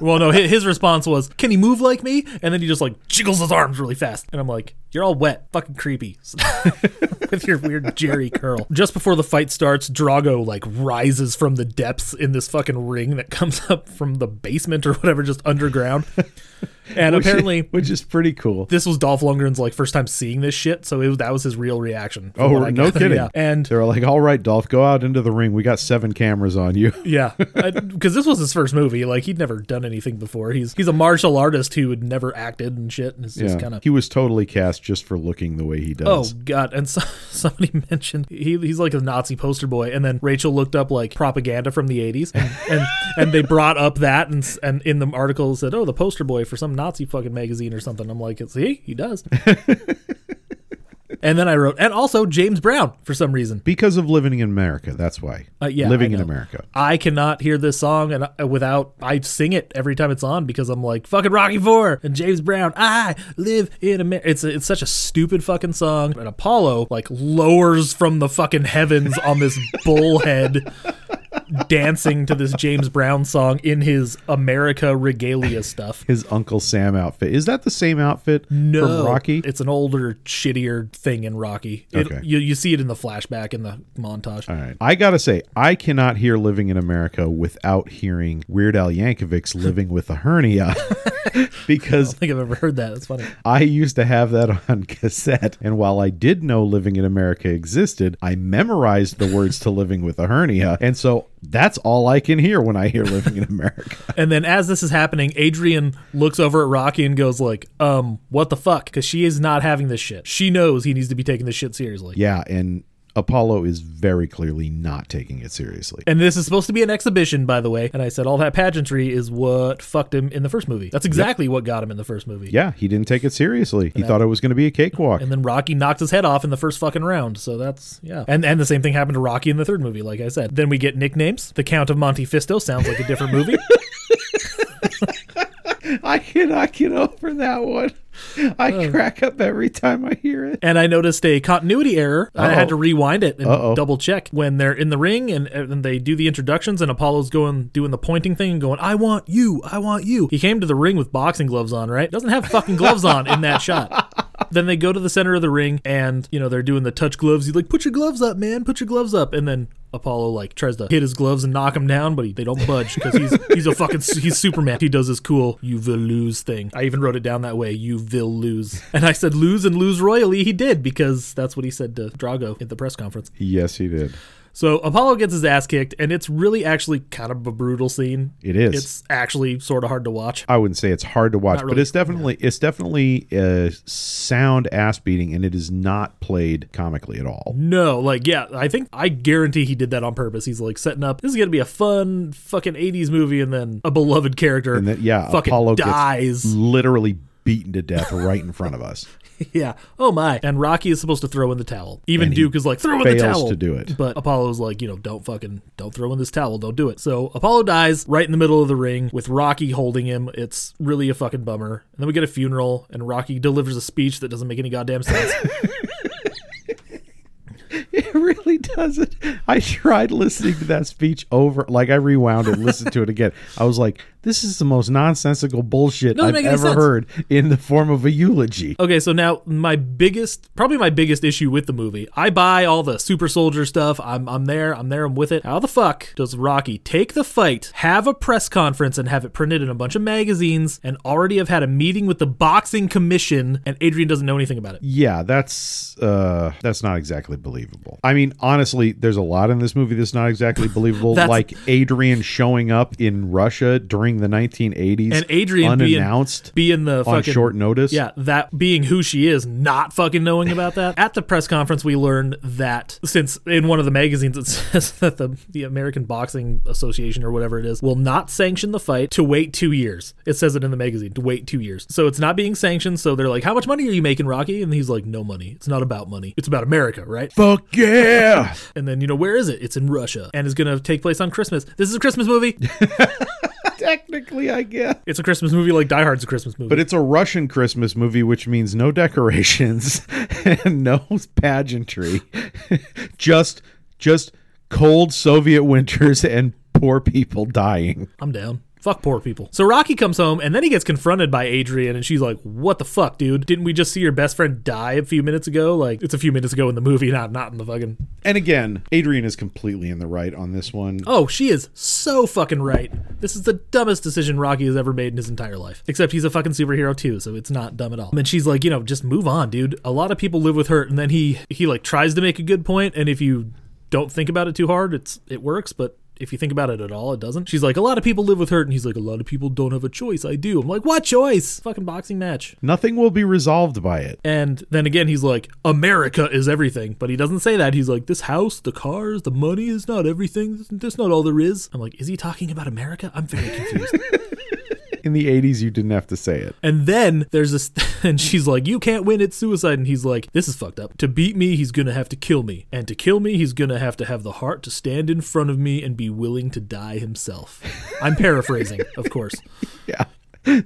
S2: well, no, hi- his response was, "Can he move like me?" And then he just like jiggles his arms really fast, and I'm like, "You're all wet, fucking creepy." With your weird Jerry curl. Just before the fight starts, Drago like rises from the depths in this fucking ring that comes up from the basement or whatever, just underground. And
S3: Which-
S2: apparently,
S3: which is pretty cool.
S2: this was Dolph Lundgren's like first time seeing this shit, so it was, that was his real reaction. from
S3: Oh,
S2: what I
S3: no
S2: gathered,
S3: kidding.
S2: Yeah. And
S3: They're like, all right, Dolph, go out into the ring. We got seven cameras on you.
S2: yeah, because this was his first movie. Like he'd never done anything before. He's he's a martial artist who had never acted and shit, and it's just
S3: Yeah.
S2: kind of
S3: He was totally cast just for looking the way he
S2: Oh
S3: does.
S2: God! And so, somebody mentioned he, he's like a Nazi poster boy, and then Rachel looked up like propaganda from the '80s, and and, and they brought up that and s- and in the article it said, "Oh, the poster boy for some Nazi fucking magazine or something." I'm like, "See, he does." and then I wrote, and also James Brown for some reason.
S3: Because of living in America, that's why.
S2: Uh, yeah,
S3: living
S2: I
S3: in
S2: know.
S3: America.
S2: I cannot hear this song and I, without I sing it every time it's on because I'm like fucking Rocky Four and James Brown. I live in America. It's it's such a stupid fucking song. And Apollo like lowers from the fucking heavens on this bullhead. dancing to this James Brown song in his America regalia stuff.
S3: His Uncle Sam outfit. Is that the same outfit
S2: No,
S3: from Rocky?
S2: It's an older, shittier thing in Rocky. It,
S3: Okay.
S2: you, you see it in the flashback in the montage.
S3: All right. I gotta say, I cannot hear "Living in America" without hearing Weird Al Yankovic's "Living with a Hernia," because
S2: I think I've ever heard that. That's funny.
S3: I used to have that on cassette. And while I did know Living in America existed, I memorized the words to Living with a Hernia, and so that's all I can hear when I hear "Living in America."
S2: And then as this is happening, Adrian looks over at Rocky and goes like, "Um, what the fuck?" Because she is not having this shit. She knows he needs to be taking this shit seriously.
S3: Yeah, and Apollo is very clearly not taking it seriously.
S2: And this is supposed to be an exhibition, by the way. And I said all that pageantry is what fucked him in the first movie. That's exactly what got him in the first movie.
S3: Yeah, he didn't take it seriously. He thought it was going to be a cakewalk.
S2: And then Rocky knocked his head off in the first fucking round. So that's yeah. And and the same thing happened to Rocky in the third movie, like I said. Then we get nicknames. The Count of Monte Fisto sounds like a different movie.
S3: I cannot get over that one. I crack up every time I hear it.
S2: and I noticed a continuity error. I
S3: Uh-oh.
S2: had to rewind it and
S3: Uh-oh.
S2: double check when they're in the ring and, and they do the introductions and Apollo's going doing the pointing thing and going, "I want you, I want you." He came to the ring with boxing gloves on, right? Doesn't have fucking gloves on in that shot. Then they go to the center of the ring and you know they're doing the touch gloves. He's like, "Put your gloves up, man! Put your gloves up!" And then Apollo like tries to hit his gloves and knock him down, but he, they don't budge because he's he's a fucking he's Superman. He does his cool "you will lose" thing. I even wrote it down that way. You will lose, and I said lose and lose royally. He did because that's what he said to Drago at the press conference.
S3: Yes, he did.
S2: So Apollo gets his ass kicked, and it's really actually kind of a brutal scene.
S3: It is.
S2: It's actually sort of hard to watch.
S3: I wouldn't say it's hard to watch,
S2: Not
S3: but
S2: really,
S3: it's definitely it's definitely a sound ass beating, and it is not played comically at all.
S2: No, like, yeah, I think I guarantee he did that on purpose. He's like setting up, this is going to be a fun fucking 80s movie, and then a beloved character
S3: And that yeah,
S2: fucking
S3: Apollo
S2: dies.
S3: gets Mm. literally beaten to death right in front of us.
S2: yeah. Oh, my. And Rocky is supposed to throw in the towel. Even
S3: And he
S2: Duke is like, throw in the
S3: fails
S2: towel.
S3: to do it.
S2: But Apollo's like, you know, don't fucking, don't throw in this towel. Don't do it. So Apollo dies right in the middle of the ring with Rocky holding him. It's really a fucking bummer. And then we get a funeral, and Rocky delivers a speech that doesn't make any goddamn sense.
S3: It really doesn't. I tried listening to that speech over, like I rewound it, listened to it again. I was like, "This is the most nonsensical bullshit
S2: Doesn't
S3: I've
S2: make any
S3: ever
S2: sense.
S3: heard in the form of a eulogy."
S2: Okay, so now my biggest, probably my biggest issue with the movie, I buy all the super soldier stuff. I'm, I'm there, I'm there, I'm with it. How the fuck does Rocky take the fight, have a press conference, and have it printed in a bunch of magazines, and already have had a meeting with the boxing commission, and Adrian doesn't know anything about it?
S3: Yeah, that's uh that's not exactly believable. I mean, honestly, there's a lot in this movie that's not exactly believable,
S2: That's-
S3: like Adrian showing up in Russia during the 1980s
S2: And Adrian being-
S3: unannounced
S2: Being the
S3: on
S2: fucking
S3: short notice.
S2: Yeah, that being who she is, not fucking knowing about that. At the press conference, we learned that since in one of the magazines it says that the, the American Boxing Association or whatever it is will not sanction the fight to wait two years. It says it in the magazine to wait two years. So it's not being sanctioned. So they're like, "How much money are you making, Rocky?" And he's like, "No money. It's not about money. It's about America, right?"
S3: Fuck yeah.
S2: And then you know where is it? It's in Russia, and is going to take place on Christmas. This is a Christmas movie.
S3: Technically, I guess.
S2: It's a Christmas movie like Die Hard's a Christmas movie.
S3: But it's a Russian Christmas movie, which means no decorations and no pageantry. just just cold Soviet winters and poor people dying.
S2: I'm down. Fuck poor people. So Rocky comes home and then he gets confronted by Adrian and she's like, What the fuck, dude? Didn't we just see your best friend die a few minutes ago? Like, it's a few minutes ago in the movie, not not in the fucking
S3: And again, Adrian is completely in the right on this one.
S2: Oh, she is so fucking right. This is the dumbest decision Rocky has ever made in his entire life. Except he's a fucking superhero too, so it's not dumb at all. And she's like, you know, just move on, dude. A lot of people live with hurt, and then he he like tries to make a good point, and if you don't think about it too hard, it's it works, but if you think about it at all, it doesn't. She's like, a lot of people live with hurt, and he's like, a lot of people don't have a choice. I do. I'm like, what choice? Fucking boxing match.
S3: Nothing will be resolved by it.
S2: And then again, he's like, America is everything. But he doesn't say that. He's like, this house, the cars, the money is not everything. That's not all there is. I'm like, is he talking about America? I'm very confused.
S3: In the 80s, you didn't have to say it.
S2: and then there's this, and she's like, you can't win, it's suicide. And he's like, this is fucked up. To beat me, he's going to have to kill me. And to kill me, he's going to have to have the heart to stand in front of me and be willing to die himself. I'm paraphrasing, of course.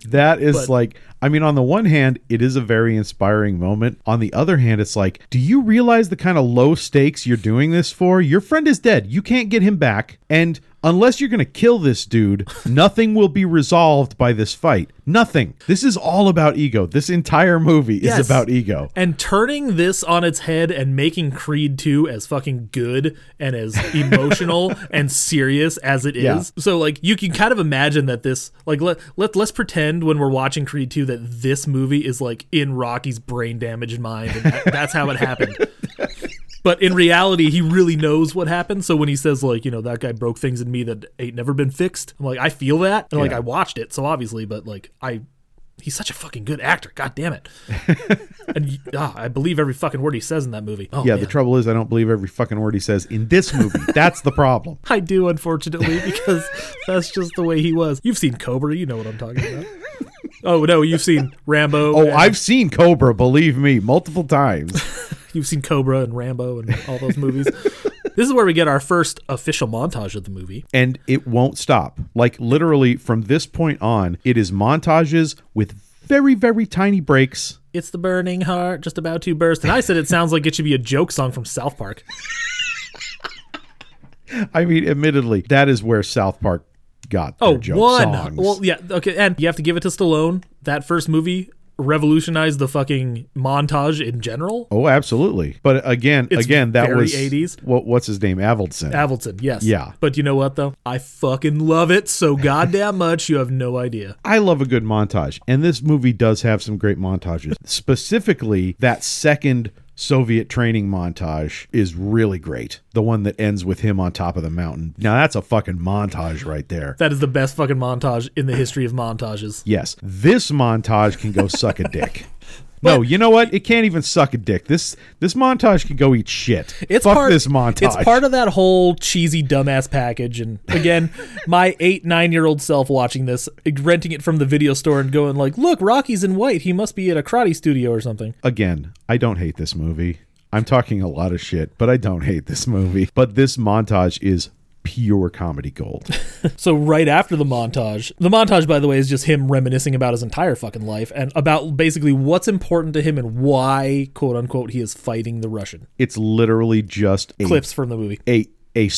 S3: That is
S2: But-
S3: like, I mean, on the one hand, it is a very inspiring moment. On the other hand, it's like, do you realize the kind of low stakes you're doing this for? Your friend is dead. You can't get him back. And unless you're going to kill this dude, nothing will be resolved by this fight. Nothing. This is all about ego. This entire movie
S2: Yes.
S3: is about ego.
S2: And turning this on its head and making Creed 2 as fucking good and as emotional and serious as it is.
S3: Yeah.
S2: So like you can kind of imagine that this like let, let let's pretend when we're watching Creed 2 that this movie is like in Rocky's brain damaged mind and that, that's how it happened. But in reality, he really knows what happened. So when he says like, you know, that guy broke things in me that ain't never been fixed, I'm like, I feel that, and like
S3: Yeah.
S2: I watched it, so obviously, but like I, he's such a fucking good actor. God damn it, and y- ah, I believe every fucking word he says in that movie. Oh,
S3: Yeah,
S2: man.
S3: the trouble is, I don't believe every fucking word he says in this movie. That's the problem.
S2: I do, unfortunately, because that's just the way he was. You've seen Cobra, you know what I'm talking about. Oh no, you've seen Rambo.
S3: Oh,
S2: and-
S3: I've seen Cobra, believe me, multiple times.
S2: You've seen Cobra and Rambo and all those movies. this is where we get our first official montage of the movie.
S3: and it won't stop. Like literally from this point on, it is montages with very very tiny breaks.
S2: It's the burning heart just about to burst. And I said it sounds like it should be a joke song from South Park.
S3: I mean, admittedly, that is where South Park got their
S2: Oh,
S3: joke
S2: one.
S3: songs.
S2: Well, yeah. Okay. And you have to give it to Stallone. That first movie revolutionized the fucking montage in general.
S3: oh, absolutely. But again,
S2: It's
S3: again, that
S2: very
S3: was
S2: 80s.
S3: What what's his name? Avildsen.
S2: Avildsen, yes.
S3: Yeah.
S2: But you know what, though? I fucking love it so goddamn much, you have no idea.
S3: I love a good montage, and this movie does have some great montages. Specifically, that second Soviet training montage is really great. The one that ends with him on top of the mountain. Now that's a fucking montage right there.
S2: That is the best fucking montage in the history of montages.
S3: Yes, this montage can go suck a dick. no, you know what? It can't even suck a dick. This this montage can go eat shit.
S2: It's
S3: Fuck
S2: part,
S3: this montage.
S2: It's part of that whole cheesy dumbass package. And again, my eight, nine year old self watching this, renting it from the video store and going like, "Look, Rocky's in white. He must be at a karate studio or something."
S3: Again, I don't hate this movie. I'm talking a lot of shit, but I don't hate this movie. But this montage is pure comedy gold.
S2: So right after the montage, the montage, by the way, is just him reminiscing about his entire fucking life and about basically what's important to him and why, quote unquote, he is fighting the Russian.
S3: It's literally just a
S2: Clips from the movie.
S3: a a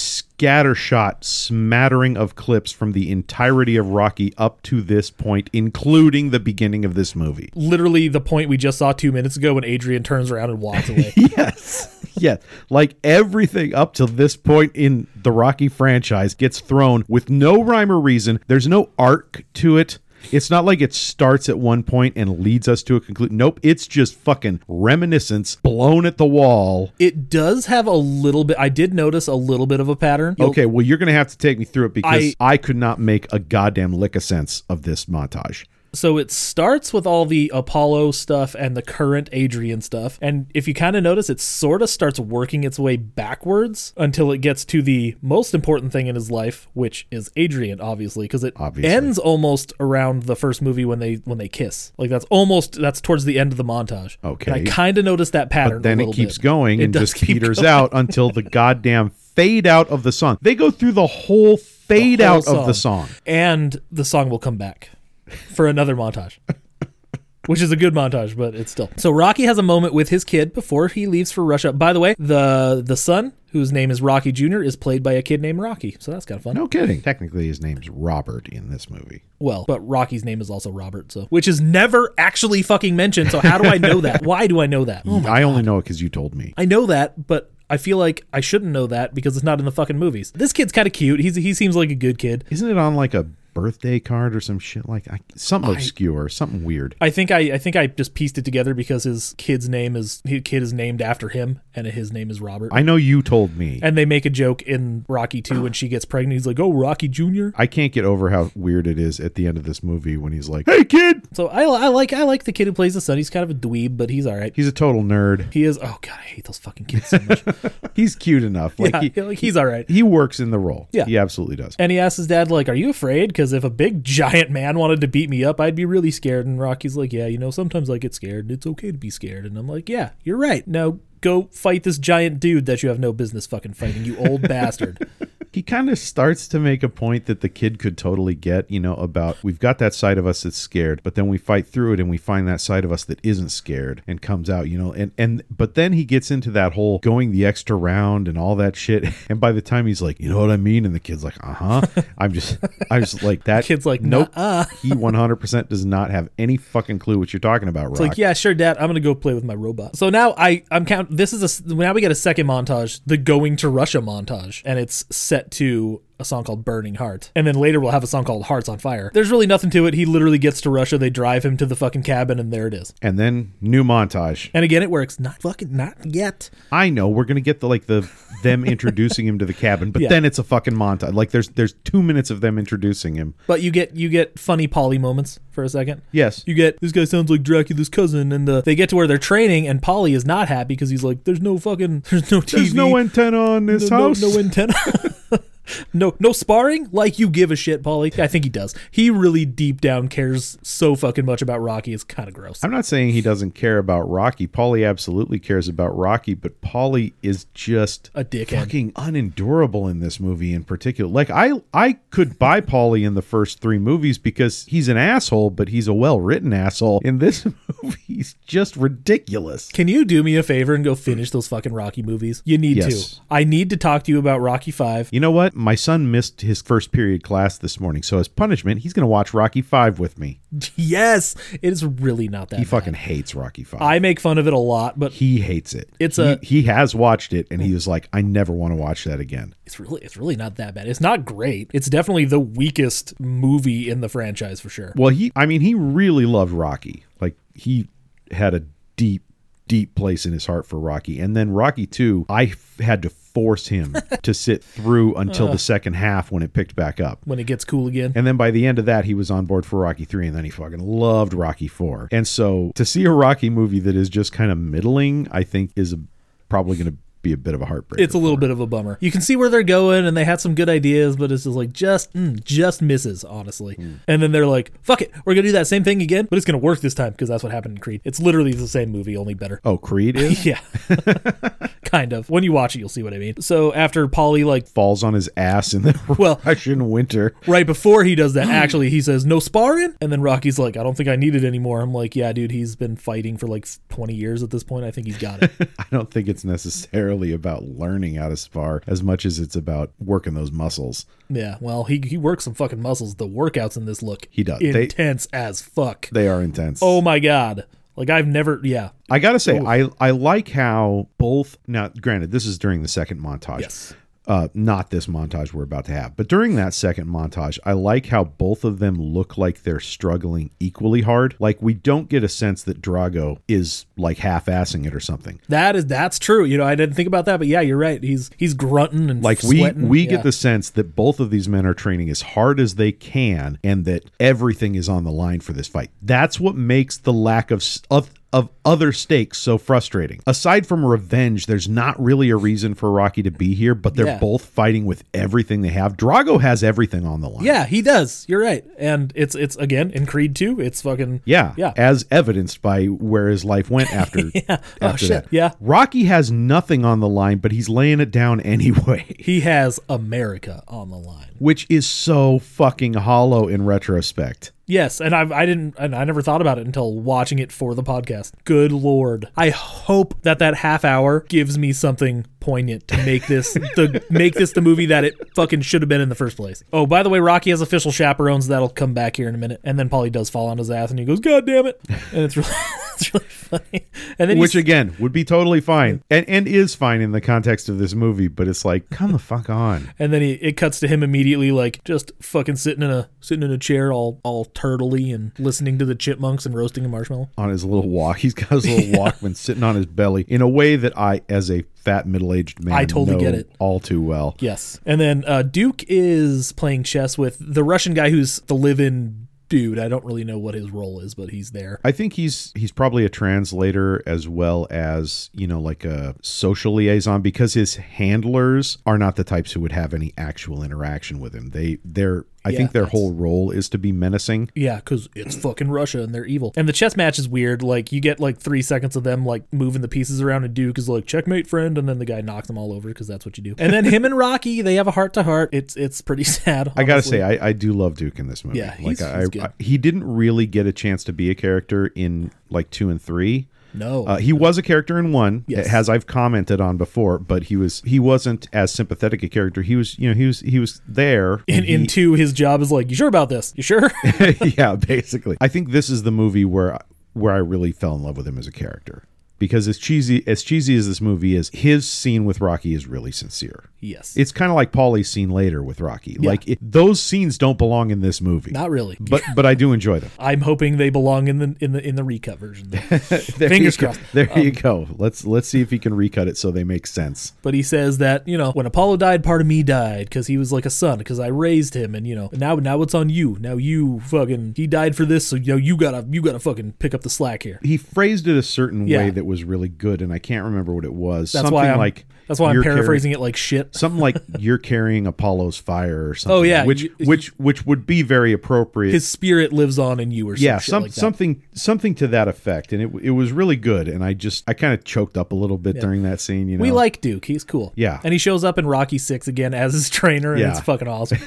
S3: scattershot smattering of clips from the entirety of Rocky up to this point, including the beginning of this movie.
S2: Literally the point we just saw two minutes ago when Adrian turns around and walks away.
S3: yes. Yeah. Like everything up to this point in the Rocky franchise gets thrown with no rhyme or reason. There's no arc to it. It's not like it starts at one point and leads us to a conclusion. Nope. It's just fucking reminiscence blown at the wall.
S2: it does have a little bit. I did notice a little bit of a pattern. You'll-
S3: Okay, well, you're going to have to take me through it
S2: I-
S3: because I, could not make a goddamn lick of sense of this montage.
S2: So it starts with all the Apollo stuff and the current Adrian stuff. And if you kind of notice, it sort of starts working its way backwards until it gets to the most important thing in his life, which is Adrian, obviously, because it
S3: Obviously.
S2: ends almost around the first movie when they when they kiss. Like that's almost that's towards the end of the montage.
S3: Okay.
S2: And I kind of noticed that pattern.
S3: Then
S2: a
S3: it
S2: little
S3: keeps
S2: bit.
S3: going
S2: It
S3: and
S2: does
S3: just
S2: keep
S3: peters
S2: going.
S3: out until the goddamn fade out of the song. They go through the whole fade
S2: whole
S3: out of the song.
S2: and the song will come back for another montage. which is a good montage, but it's still. So Rocky has a moment with his kid before he leaves for Russia. By the way, the the son whose name is Rocky Jr. is played by a kid named Rocky, so that's kind of fun.
S3: No kidding. Technically, his name's Robert in this movie.
S2: Well, but Rocky's name is also Robert, so which is never actually fucking mentioned. So how do I know that? Why do I know that?
S3: I only know it because you told me.
S2: I know that, but I feel like I shouldn't know that because it's not in the fucking movies. This kid's kind of cute. He's he seems like a good kid.
S3: Isn't it on like a birthday card or some shit like I, something obscure, something weird?
S2: I think I, I think I just pieced it together because his kid's name is his kid is named after him and his name is Robert.
S3: I know you told me.
S2: and they make a joke in Rocky 2 when she gets pregnant. He's like, "Oh, Rocky Jr."
S3: I can't get over how weird it is at the end of this movie when he's like, "Hey, kid."
S2: So I, I like I like the kid who plays the son. He's kind of a dweeb, but he's all right.
S3: He's a total nerd.
S2: He is. Oh god, I hate those fucking kids so much.
S3: He's cute enough. Like
S2: yeah,
S3: he,
S2: like, he's all right.
S3: he works in the role.
S2: Yeah.
S3: he absolutely does.
S2: And he asks his dad, like, "Are you afraid? Because if a big giant man wanted to beat me up, I'd be really scared." And Rocky's like, "Yeah, you know, sometimes I get scared. It's okay to be scared." And I'm like, "Yeah, you're right. Now go fight this giant dude that you have no business fucking fighting, you old bastard."
S3: he kind of starts to make a point that the kid could totally get, you know, about we've got that side of us that's scared, but then we fight through it and we find that side of us that isn't scared and comes out, you know, and and but then he gets into that whole going the extra round and all that shit. And by the time he's like, you know what I mean, and the kid's like, uh huh, I'm just, I was like that.
S2: Kid's like,
S3: nope.
S2: "Nuh-uh."
S3: he 100 percent does not have any fucking clue what you're talking about,
S2: It's
S3: Rock.
S2: like, yeah, sure, Dad. I'm gonna go play with my robot. So now I I'm count. This is a s- now we get a second montage, the going to Russia montage, and it's set to a song called Burning Heart, and then later we'll have a song called Hearts on Fire. There's really nothing to it. He literally gets to Russia. They drive him to the fucking cabin, and there it is.
S3: And then new montage.
S2: And again, it works. Not fucking not yet.
S3: I know we're gonna get the like the them introducing him to the cabin, but
S2: Yeah.
S3: then it's a fucking montage. Like there's there's two minutes of them introducing him.
S2: But you get you get funny Polly moments for a second.
S3: Yes.
S2: You get this guy sounds like Dracula's cousin, and the, they get to where they're training, and Polly is not happy because he's like, "There's no fucking, there's no TV,
S3: There's no antenna on this
S2: no,
S3: house.
S2: no, no antenna. no, no sparring. Like you give a shit, Polly. I think he does. He really deep down cares so fucking much about Rocky. It's kind of gross.
S3: I'm not saying he doesn't care about Rocky. Polly absolutely cares about Rocky, but Polly is just
S2: A dickhead.
S3: Fucking unendurable in this movie in particular. Like I I could buy Polly in the first 3 movies because he's an asshole, but he's a well-written asshole. In this movie, he's just ridiculous.
S2: Can you do me a favor and go finish those fucking Rocky movies? You need
S3: Yes.
S2: to. I need to talk to you about Rocky Five.
S3: You know what? My son missed his first period class this morning, so as punishment, he's going to watch Rocky 5 with me.
S2: Yes, it is really not that.
S3: He
S2: bad.
S3: fucking hates Rocky 5.
S2: I make fun of it a lot, but
S3: he hates it.
S2: It's
S3: he,
S2: a-
S3: he has watched it and he was like, I never want to watch that again.
S2: it's really it's really not that bad. It's not great. It's definitely the weakest movie in the franchise for sure.
S3: Well, he I mean, he really loved Rocky. Like he had a deep deep place in his heart for Rocky. And then Rocky 2, I f- had to force him to sit through until the second half when it picked back up.
S2: When it gets cool again.
S3: And then by the end of that, he was on board for Rocky 3, and then he fucking loved Rocky 4. And so to see a Rocky movie that is just kind of middling, I think is a, probably going to be a bit of a heartbreak.
S2: it's a little bit of a bummer. You can see where they're going, and they had some good ideas, but it's just like just mm, just misses, honestly.
S3: Hmm.
S2: And then they're like, "Fuck it, we're gonna do that same thing again, but it's gonna work this time because that's what happened in Creed. It's literally the same movie, only better."
S3: Oh, Creed is?
S2: Yeah, kind of. When you watch it, you'll see what I mean. So after Polly, like
S3: Falls on his ass in the
S2: Well-
S3: Russian winter.
S2: right before he does that, actually, he says, "No sparring," and then Rocky's like, "I don't think I need it anymore." I'm like, "Yeah, dude, he's been fighting for like 20 years at this point. I think he's got it."
S3: I don't think it's necessarily about learning how to spar as much as it's about working those muscles.
S2: yeah, well, he he works some fucking muscles. The workouts in this look
S3: He does. They-
S2: intense as fuck.
S3: They are intense.
S2: Oh my god. Like I've never yeah.
S3: I gotta say, I I like how both. Now, granted, this is during the second montage.
S2: Yes.
S3: Uh, not this montage we're about to have, but during that second montage, I like how both of them look like they're struggling equally hard. Like we don't get a sense that Drago is like half-assing it or something.
S2: That is that's true. You know, I didn't think about that, but yeah, you're right. He's he's grunting and
S3: Like we
S2: sweating.
S3: we
S2: Yeah.
S3: get the sense that both of these men are training as hard as they can, and that everything is on the line for this fight. That's what makes the lack of s- of of other stakes so frustrating. Aside from revenge, there's not really a reason for Rocky to be here, but they're
S2: Yeah.
S3: both fighting with everything they have. Drago has everything on the line.
S2: Yeah, he does. You're right. And it's it's again in Creed 2, it's fucking
S3: Yeah,
S2: Yeah.
S3: as evidenced by where his life went after, after
S2: Oh, shit.
S3: that.
S2: Yeah.
S3: Rocky has nothing on the line, but he's laying it down anyway.
S2: He has America on the line.
S3: which is so fucking hollow in retrospect.
S2: Yes, and I, I didn't, and I never thought about it until watching it for the podcast. Good lord! I hope that that half hour gives me something poignant to make this the make this the movie that it fucking should have been in the first place. Oh, by the way, Rocky has official chaperones that'll come back here in a minute, and then Polly does fall on his ass, and he goes, "God damn it!" And it's really, it's really funny. And then
S3: Which
S2: he's-
S3: again would be totally fine and and is fine in the context of this movie, but it's like, come the fuck on.
S2: And then he, it cuts to him immediately, like just fucking sitting in a sitting in a chair, all all turtly, and listening to the chipmunks and roasting a marshmallow.
S3: On his little walk, he's got his little Walkman sitting on his belly in a way that I, as a fat middle aged man,
S2: I totally
S3: know
S2: get it.
S3: all too well.
S2: Yes, and then uh, Duke is playing chess with the Russian guy who's the live-in dude. I don't really know what his role is, but he's there.
S3: I think he's he's probably a translator as well as you know like a social liaison because his handlers are not the types who would have any actual interaction with him. They they're I
S2: Yeah,
S3: think their
S2: that's-
S3: whole role is to be menacing.
S2: Yeah, because it's fucking Russia and they're evil. And the chess match is weird. Like you get like three seconds of them like moving the pieces around, and Duke is like checkmate, friend, and then the guy knocks them all over because that's what you do. And then him and Rocky they have a heart to heart. It's it's pretty sad.
S3: I gotta
S2: honestly.
S3: say, I, I do love Duke in this movie.
S2: Yeah,
S3: like
S2: he's-
S3: I,
S2: he's good.
S3: I- he didn't really get a chance to be a character in like two and three.
S2: no.
S3: Uh, he was a character in one,
S2: Yes.
S3: as I've commented on before, but he was he wasn't as sympathetic a character. He was you know he was he was there
S2: and
S3: and he-
S2: in two, his job is like, you sure about this? You sure?
S3: yeah, basically. I think this is the movie where where I really fell in love with him as a character. Because as cheesy as cheesy as this movie is, his scene with Rocky is really sincere.
S2: yes.
S3: It's kind of like Paulie's scene later with Rocky. Like it, those scenes don't belong in this movie.
S2: Not really.
S3: but but I do enjoy them.
S2: I'm hoping they belong in the in the in the recut version. though.
S3: There
S2: Fingers
S3: you go.
S2: crossed. Um,
S3: There you go. Let's let's see if he can recut it so they make sense.
S2: but he says that you know when Apollo died, part of me died because he was like a son because I raised him, and you know now now it's on you. Now you fucking he died for this, so you know you gotta you gotta fucking pick up the slack here.
S3: He phrased it a certain
S2: Yeah.
S3: way that was really good, and I can't remember what it was.
S2: That's
S3: something
S2: why I'm
S3: like
S2: that's why I'm
S3: you're carrying-
S2: paraphrasing it like shit.
S3: something like you're carrying Apollo's fire or something.
S2: Oh, yeah,
S3: which
S2: you-
S3: which which would be very appropriate.
S2: His spirit lives on in you, or some
S3: yeah,
S2: shit
S3: some,
S2: like that.
S3: something something to that effect, and it it was really good. And I just I kind of choked up a little bit during that scene. You know,
S2: We like Duke. He's cool.
S3: Yeah.
S2: And he shows up in Rocky Six again as his trainer, and
S3: Yeah.
S2: it's fucking awesome.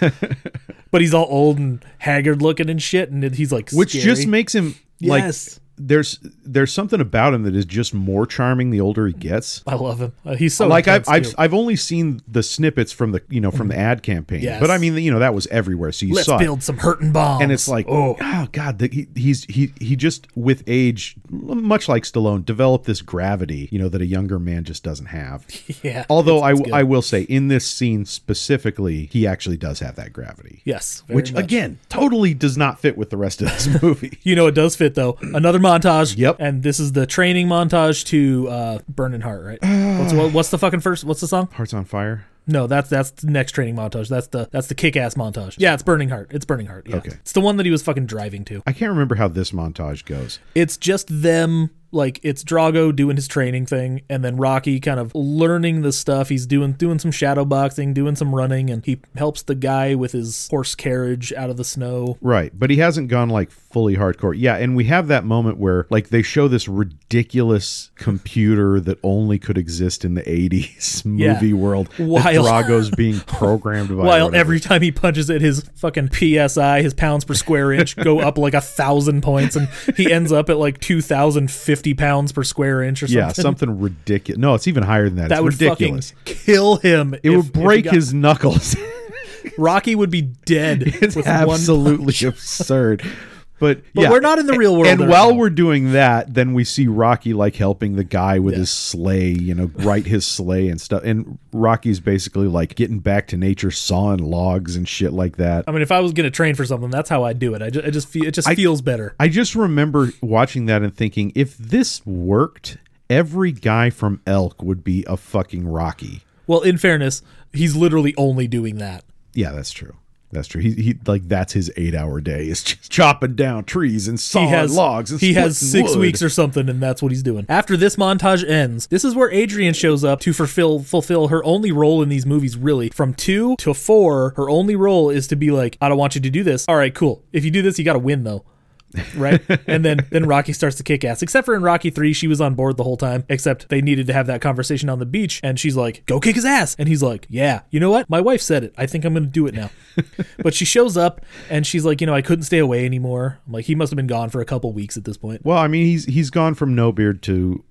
S2: but he's all old and haggard looking and shit, and he's like,
S3: which
S2: scary.
S3: just makes him like
S2: Yes.
S3: there's there's something about him that is just more charming the older he gets.
S2: I love him. Uh, he's so
S3: Like I've,
S2: intense,
S3: I've
S2: too.
S3: I've only seen the snippets from the you know from the ad campaign,
S2: Yes.
S3: but I mean you know that was everywhere, so you
S2: Let's
S3: saw it.
S2: build some hurting bombs.
S3: and it's like oh,
S2: oh,
S3: god the, he, he's he he just with age much like stallone developed this gravity you know that a younger man just doesn't have
S2: yeah.
S3: although I,
S2: it's good.
S3: I will say in this scene specifically he actually does have that gravity
S2: yes, very
S3: which
S2: much.
S3: again totally does not fit with the rest of this movie
S2: You know it does fit though. Another montage.
S3: Yep.
S2: And this is the training montage to uh, "Burning Heart," right? what's what, what's the fucking first? What's the song?
S3: hearts on fire
S2: No, that's that's the next training montage. That's the that's the kick ass montage. Yeah, it's "Burning Heart." It's "Burning Heart." Yeah.
S3: Okay.
S2: It's the one that he was fucking driving to.
S3: i can't remember how this montage goes
S2: it's just them like it's Drago doing his training thing and then Rocky kind of learning the stuff he's doing doing some shadow boxing doing some running and he helps the guy with his horse carriage out of the snow
S3: Right, but he hasn't gone like fully hardcore. Yeah, and we have that moment where like they show this ridiculous computer that only could exist in the 80s
S2: Yeah.
S3: movie world. that
S2: While-
S3: Drago's being programmed by or
S2: while
S3: whatever.
S2: every time he punches it his fucking psi his pounds per square inch go up like a thousand points and he ends up at like 2050 pounds per square inch or something
S3: Yeah, something ridiculous. No, it's even higher than that.
S2: that
S3: it's
S2: would
S3: ridiculous.
S2: fucking kill him
S3: it would break his knuckles.
S2: rocky would be dead
S3: it's
S2: with one
S3: absolutely absurd. But,
S2: But
S3: yeah.
S2: we're not in the
S3: A-
S2: real world
S3: And
S2: right
S3: while
S2: now.
S3: we're doing that, then we see Rocky like helping the guy with his sleigh, you know, right his sleigh and stuff. And Rocky's basically like getting back to nature, sawing logs and shit like that.
S2: I mean, if I was gonna train for something, that's how I do it. I just, I just feel it just feels better.
S3: I just remember watching that and thinking, if this worked, every guy from Elk would be a fucking Rocky.
S2: Well, in fairness, he's literally only doing that.
S3: Yeah, that's true. That's true. He, he like that's his eight hour day is just chopping down trees and
S2: He
S3: sawing
S2: has
S3: logs. And
S2: he has
S3: splitting
S2: six
S3: wood.
S2: weeks or something, and that's what he's doing. After this montage ends, this is where Adrian shows up to fulfill fulfill her only role in these movies. Really, from two to four, her only role is to be like, "I don't want you to do this." All right, cool. If you do this, you got to win though. right? and then then Rocky starts to kick ass. Except for in Rocky 3, she was on board the whole time, except they needed to have that conversation on the beach and she's like, "Go kick his ass." And he's like, "Yeah. You know what? My wife said it. I think I'm going to do it now." but she shows up and she's like, "You know, I couldn't stay away anymore." I'm like, "He must have been gone for a couple weeks at this point."
S3: Well, I mean, he's he's gone from no beard to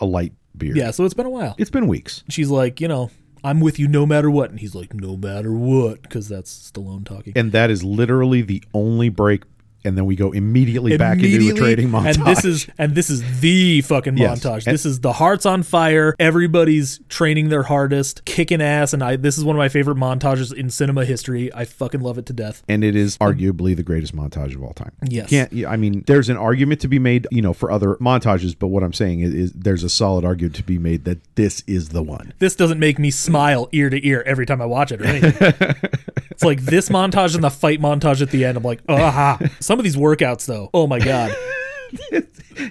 S3: a light beard.
S2: Yeah, so it's been a while.
S3: It's been weeks.
S2: She's like, "You know, I'm with you no matter what." And he's like, "No matter what," cuz that's Stallone talking.
S3: And that is literally the only break and then we go immediately, back into a
S2: Immediately-
S3: trading montage.
S2: And this is and this is the fucking
S3: Yes.
S2: montage.
S3: And-
S2: This is the hearts on fire. Everybody's training their hardest, kicking ass, and I this is one of my favorite montages in cinema history. I fucking love it to death.
S3: and it is arguably the greatest montage of all time.
S2: Yes.
S3: Can't yeah, I mean there's an argument to be made, you know, for other montages, but what I'm saying is, is there's a solid argument to be made that this is the one.
S2: This doesn't make me smile ear to ear every time I watch it or anything. it's like this montage and the fight montage at the end. I'm like, ah. Some of these workouts though. Oh my god.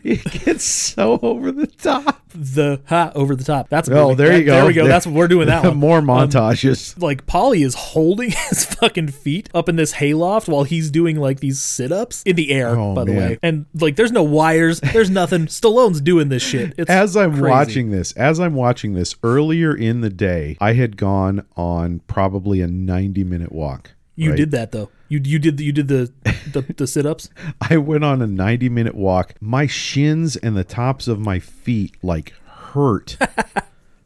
S3: It gets so over the top.
S2: The ha over the top. That's a
S3: Oh,
S2: movie.
S3: there
S2: That-
S3: you go.
S2: There we go. That's what we're doing that one. Um,
S3: More montages.
S2: like Polly is holding his fucking feet up in this hayloft while he's doing like these sit-ups in the air,
S3: Oh,
S2: by the
S3: man.
S2: way. And like there's no wires, there's nothing. Stallone's doing this shit. It's
S3: as I'm
S2: crazy.
S3: watching this, as I'm watching this earlier in the day, I had gone on probably a 90 minute walk.
S2: You
S3: right?
S2: did that though. You you did the- you did the the, the sit-ups.
S3: I went on a 90 minute walk. My shins and the tops of my feet like hurt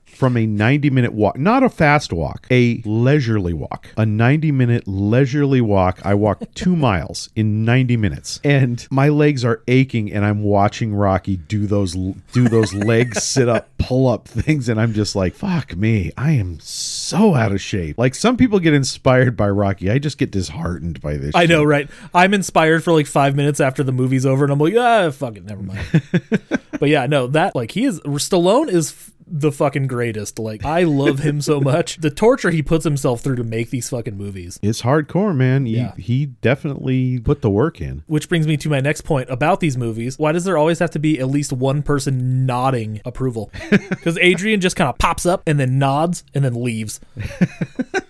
S3: from a 90 minute walk. Not a fast walk, a leisurely walk. A 90 minute leisurely walk. I walked two miles in 90 minutes and my legs are aching and I'm watching Rocky do those, do those legs sit up, pull up things. And I'm just like, fuck me. I am so out of shape. Like some people get inspired by Rocky. I just get disheartened by this.
S2: I
S3: shit.
S2: know, right? I'm inspired for like 5 minutes after the movie's over and I'm like, "Ah, fuck it, never mind." but yeah, no, that like he is Stallone is f- the fucking greatest. Like I love him so much. The torture he puts himself through to make these fucking movies.
S3: It's hardcore, man. He,
S2: Yeah.
S3: he definitely put the work in.
S2: Which brings me to my next point about these movies. Why does there always have to be at least one person nodding approval? Because Adrian just kind of pops up and then nods and then leaves.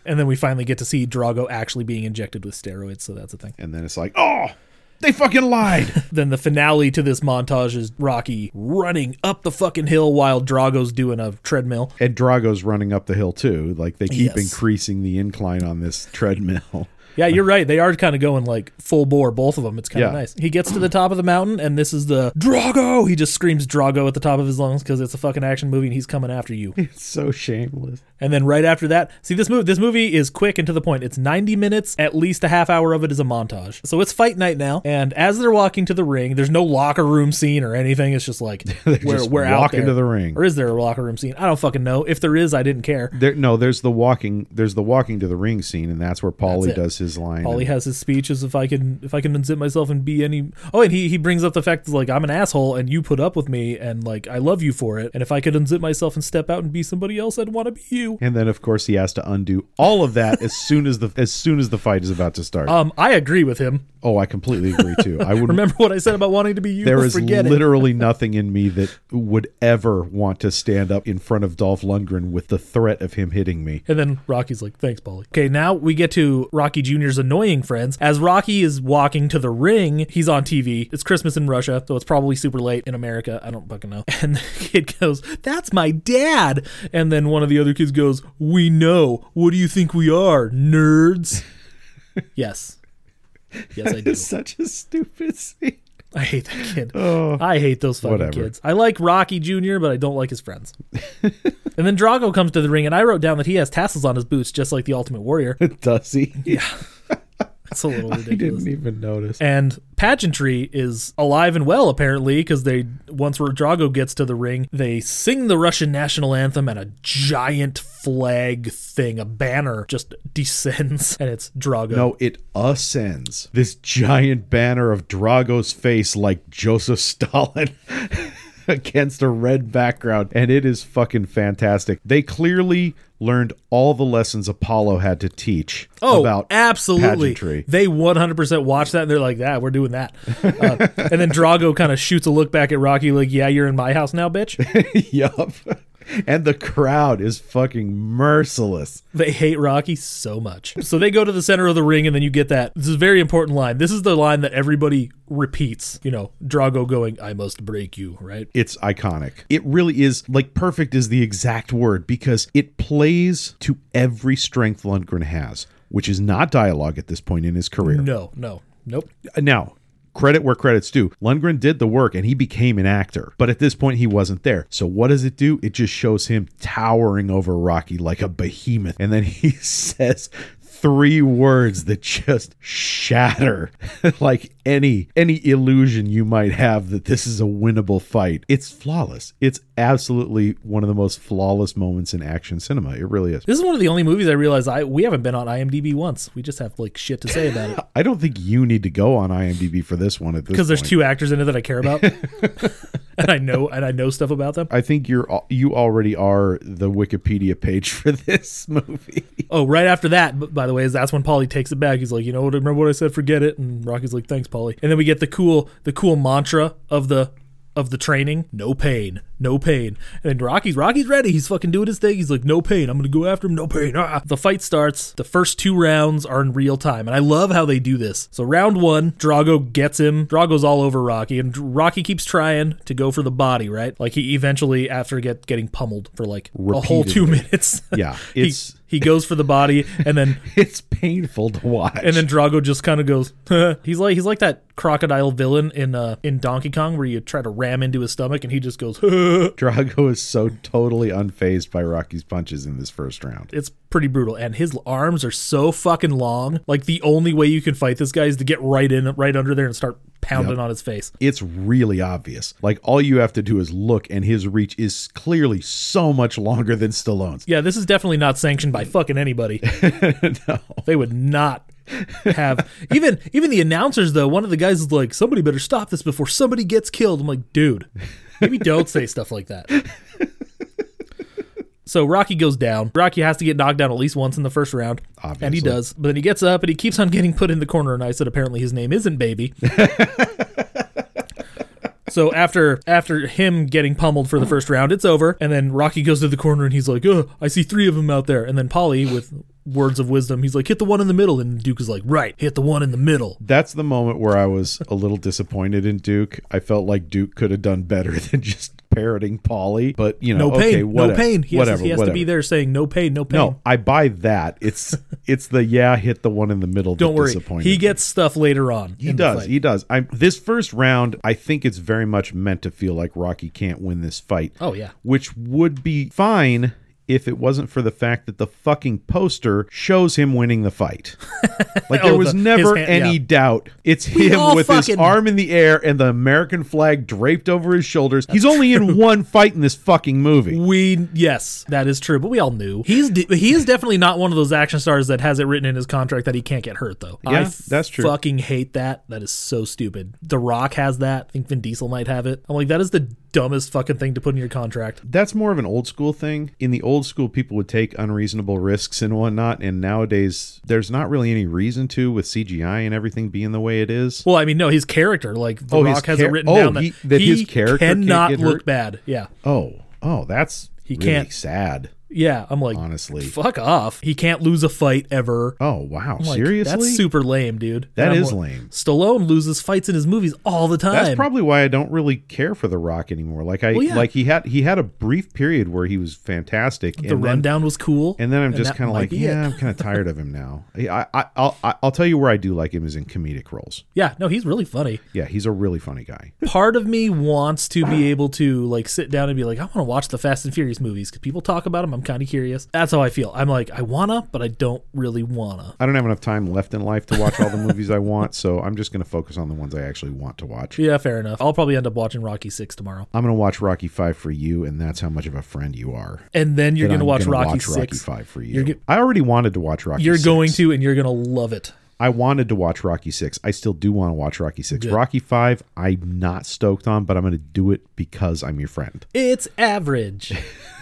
S2: and then we finally get to see Drago actually being injected with steroids, so that's a thing.
S3: And then it's like, oh, they fucking lied.
S2: Then the finale to this montage is Rocky running up the fucking hill while Drago's doing a treadmill.
S3: and Drago's running up the hill too. Like they keep
S2: Yes.
S3: increasing the incline on this treadmill.
S2: Yeah, you're right. They are kind of going like full bore, both of them. It's kind of
S3: Yeah.
S2: nice. He gets to the top of the mountain, and this is the Drago. He just screams Drago at the top of his lungs because it's a fucking action movie and he's coming after you.
S3: It's so shameless.
S2: And then right after that, see this movie. This movie is quick and to the point. It's 90 minutes. At least a half hour of it is a montage. So it's fight night now. And as they're walking to the ring, there's no locker room scene or anything. It's just like we're,
S3: just
S2: we're out
S3: walking
S2: there.
S3: to the ring.
S2: Or is there a locker room scene? I don't fucking know. If there is, I didn't care.
S3: There, no, there's the walking. There's the walking to the ring scene, and that's where Paulie
S2: That's it.
S3: does his line.
S2: All he
S3: and-
S2: has his speech is if I can if I can unzip myself and be any. Oh, and he he brings up the fact that like I'm an asshole and you put up with me and like I love you for it. And if I could unzip myself and step out and be somebody else, I'd want to be you.
S3: and then of course he has to undo all of that as soon as the as soon as the fight is about to start.
S2: Um, I agree with him.
S3: oh, I completely agree too. I wouldn't
S2: Remember what I said about wanting to be you?
S3: There is
S2: Forget it.
S3: literally nothing in me that would ever want to stand up in front of Dolph Lundgren with the threat of him hitting me.
S2: And then Rocky's like, thanks, Polly. Okay, now we get to Rocky Jr.'s annoying friends. As Rocky is walking to the ring, he's on TV. It's Christmas in Russia, so it's probably super late in America. I don't fucking know. And the kid goes, that's my dad. And then one of the other kids goes, we know. What do you think we are, nerds? yes. Yes, I do.
S3: such a stupid scene.
S2: I hate that kid. I hate those fucking
S3: Oh, Whatever.
S2: kids. I like Rocky Jr., but I don't like his friends. and then Drago comes to the ring, and I wrote down that he has tassels on his boots, just like the Ultimate Warrior.
S3: Does he?
S2: It's a little
S3: He
S2: ridiculous.
S3: didn't even notice.
S2: And pageantry is alive and well apparently because they once Drago gets to the ring, they sing the Russian national anthem and a giant flag thing, a banner just descends and it's Drago.
S3: No, it ascends. This giant banner of Drago's face like Joseph Stalin. against a red background and it is fucking fantastic. They clearly learned all the lessons Apollo had to teach
S2: Oh,
S3: about
S2: absolutely.
S3: pageantry.
S2: They 100% watch that and they're like, "Yeah, we're doing that." Uh, and then Drago kind of shoots a look back at Rocky, like, "Yeah, you're in my house now, bitch."
S3: yup. and the crowd is fucking merciless.
S2: They hate Rocky so much. So they go to the center of the ring, and then you get that. This is a very important line. This is the line that everybody repeats. You know, Drago going, I must break you, right?
S3: It's iconic. It really is like perfect is the exact word because it plays to every strength Lundgren has, which is not dialogue at this point in his career.
S2: No, no, nope.
S3: Now, credit where credit's due. Lundgren did the work and he became an actor, but at this point he wasn't there. So what does it do? It just shows him towering over Rocky like a behemoth. And then he says three words that just shatter like any any illusion you might have that this is a winnable fight. It's flawless. It's absolutely one of the most flawless moments in action cinema. It really is.
S2: This is one of the only movies I realize I we haven't been on IMDb once. We just have like shit to say about it
S3: I don't think you need to go on IMDb for this one at this
S2: because there's
S3: point.
S2: two actors in it that I care about, and I know and I know stuff about them.
S3: I think you're al- you already are the Wikipedia page for this movie.
S2: Oh, right after that, b- by the way, is that's when Polly takes it back. He's like, you know what? Remember what I said? Forget it. And Rocky's like, thanks, Polly. And then we get the cool, the cool mantra of the of the training: no pain, no pain. And then Rocky's Rocky's ready. He's fucking doing his thing. He's like, no pain. I'm gonna go after him. No pain. Ah. The fight starts. The first two rounds are in real time, and I love how they do this. So round one, Drago gets him. Drago's all over Rocky, and Rocky keeps trying to go for the body, right? Like he eventually, after get getting pummeled for like a whole two
S3: Repeatedly.
S2: minutes.
S3: Yeah,
S2: he-
S3: it's-
S2: he goes for the body and then
S3: It's painful to watch.
S2: and then Drago just kind of goes he's like he's like that crocodile villain in uh in Donkey Kong where you try to ram into his stomach and he just goes
S3: Drago is so totally unfazed by Rocky's punches in this first round.
S2: it's pretty brutal and his arms are so fucking long like the only way you can fight this guy is to get right in right under there and start pounding on his face
S3: It's really obvious. Like all you have to do is look, and his reach is clearly so much longer than Stallone's.
S2: yeah this is definitely not sanctioned by fucking anybody they would not have even even the announcers though one of the guys is like somebody better stop this before somebody gets killed i'm like dude maybe don't say stuff like that so rocky goes down rocky has to get knocked down at least once in the first round and he
S3: Obviously.
S2: does but then he gets up and he keeps on getting put in the corner and i said apparently his name isn't baby So after after him getting pummeled for the first round, it's over, and then Rocky goes to the corner and he's like, "Ugh, I see three of them out there." And then Polly, with words of wisdom, he's like, "Hit the one in the middle." And Duke is like, "Right, hit the one in the middle."
S3: That's the moment where I was a little disappointed in Duke. I felt like Duke could have done better than just parroting Polly, but you know,
S2: No pain,
S3: okay, whatever,
S2: no pain. He has, to-
S3: whatever,
S2: he has to be
S3: whatever.
S2: there saying, "No pain, no pain."
S3: No, I buy that. It's it's the yeah, hit the one in the middle.
S2: Don't
S3: that
S2: worry,
S3: disappointed
S2: he
S3: me.
S2: gets stuff later on.
S3: He does. He does. I'm this first round. I think it's very much meant to feel like Rocky can't win this fight.
S2: Oh, yeah.
S3: which would be fine if it wasn't for the fact that the fucking poster shows him winning the fight. Like there
S2: Oh,
S3: was
S2: the-
S3: never
S2: his hand-
S3: any
S2: yeah.
S3: doubt. It's
S2: We
S3: him
S2: all
S3: with his
S2: fucking-
S3: arm in the air and the American flag draped over his shoulders. He's only in one fight in this fucking movie.
S2: we yes, that is true, but we all knew he's de- he is definitely not one of those action stars that has it written in his contract that he can't get hurt though. I
S3: Yeah, that's true.
S2: Fucking hate that. That is so stupid. The Rock has that. I think Vin Diesel might have it. I'm like, that is the dumbest fucking thing to put in your contract.
S3: that's more of an old school thing. In the old school, people would take unreasonable risks and whatnot, and nowadays there's not really any reason to with CGI and everything being the way it is.
S2: Well, I mean, no, his character, like The
S3: Oh, his
S2: Rock has it
S3: char-
S2: written
S3: oh,
S2: down that
S3: he- that his character can't
S2: cannot
S3: get
S2: look
S3: hurt?
S2: bad. Yeah,
S3: oh, oh, that's he really
S2: can't-
S3: sad.
S2: yeah. I'm like,
S3: Honestly.
S2: fuck off. He can't lose a fight ever.
S3: Oh wow,
S2: Like,
S3: seriously,
S2: that's super lame, dude.
S3: That
S2: And I'm
S3: is
S2: like-
S3: lame.
S2: Stallone loses fights in his movies all the time.
S3: That's probably why I don't really care for The Rock anymore. Like I
S2: yeah.
S3: like he had he had a brief period where he was fantastic.
S2: the rundown was cool.
S3: And then I'm just
S2: that
S3: kind of
S2: might
S3: like,
S2: be it.
S3: yeah, I'm kind of tired of him now. I, I, I'll, I'll tell you where I do like him is in comedic roles.
S2: yeah, no, he's really funny.
S3: Yeah, he's a really funny guy.
S2: Part of me wants to be able to like sit down and be like, I want to watch the Fast and Furious movies because people talk about them. I'm kind of curious. That's how I feel. I'm like, I wanna, but I don't really wanna.
S3: I don't have enough time left in life to watch all the movies I want, so I'm just going to focus on the ones I actually want to watch.
S2: Yeah, fair enough. I'll probably end up watching Rocky Six tomorrow,
S3: I'm going to watch Rocky 5 for you, and that's how much of a friend you are.
S2: and then you're
S3: That
S2: gonna
S3: I'm
S2: watch
S3: gonna
S2: Rocky
S3: watch Rocky
S2: Six.
S3: 5 for you.
S2: You're ge-
S3: I already wanted to watch Rocky
S2: You're
S3: 6.
S2: going to, and you're gonna love it.
S3: I wanted to watch Rocky 6. I still do want to watch Rocky 6. Rocky 5, I'm not stoked on, but I'm going to do it because I'm your friend.
S2: It's average.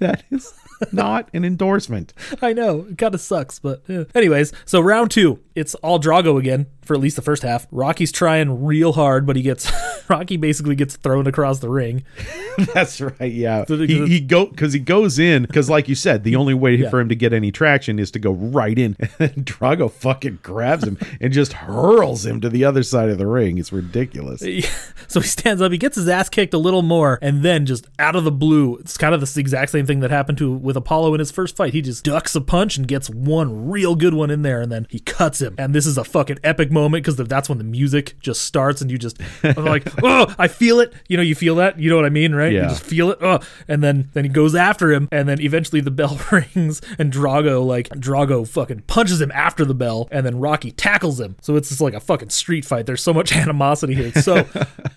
S3: That is not an endorsement.
S2: I know. It kind of sucks, but eh. anyways, so round two, it's all Drago again for at least the first half. Rocky's trying real hard, but he gets Rocky basically gets thrown across the ring.
S3: That's right. Yeah.
S2: the-
S3: He, he go because he goes in because, like you said, the only way for him to get any traction is to go right in. And Drago fucking grabs him and just hurls him to the other side of the ring. It's ridiculous.
S2: so he stands up, he gets his ass kicked a little more, and then just out of the blue, it's kind of the exact same thing that happened to with Apollo in his first fight. He just ducks a punch and gets one real good one in there, and then he cuts him. And this is a fucking epic moment because that's when the music just starts, and you just I'm like, oh, I feel it. You know, you feel that. You know what I mean, right? You
S3: Yeah.
S2: just feel it. Oh. And then then he goes after him, and then eventually the bell rings, and Drago like Drago fucking punches him after the bell, and then Rocky tackles him. So it's just like a fucking street fight. There's so much animosity here. It's so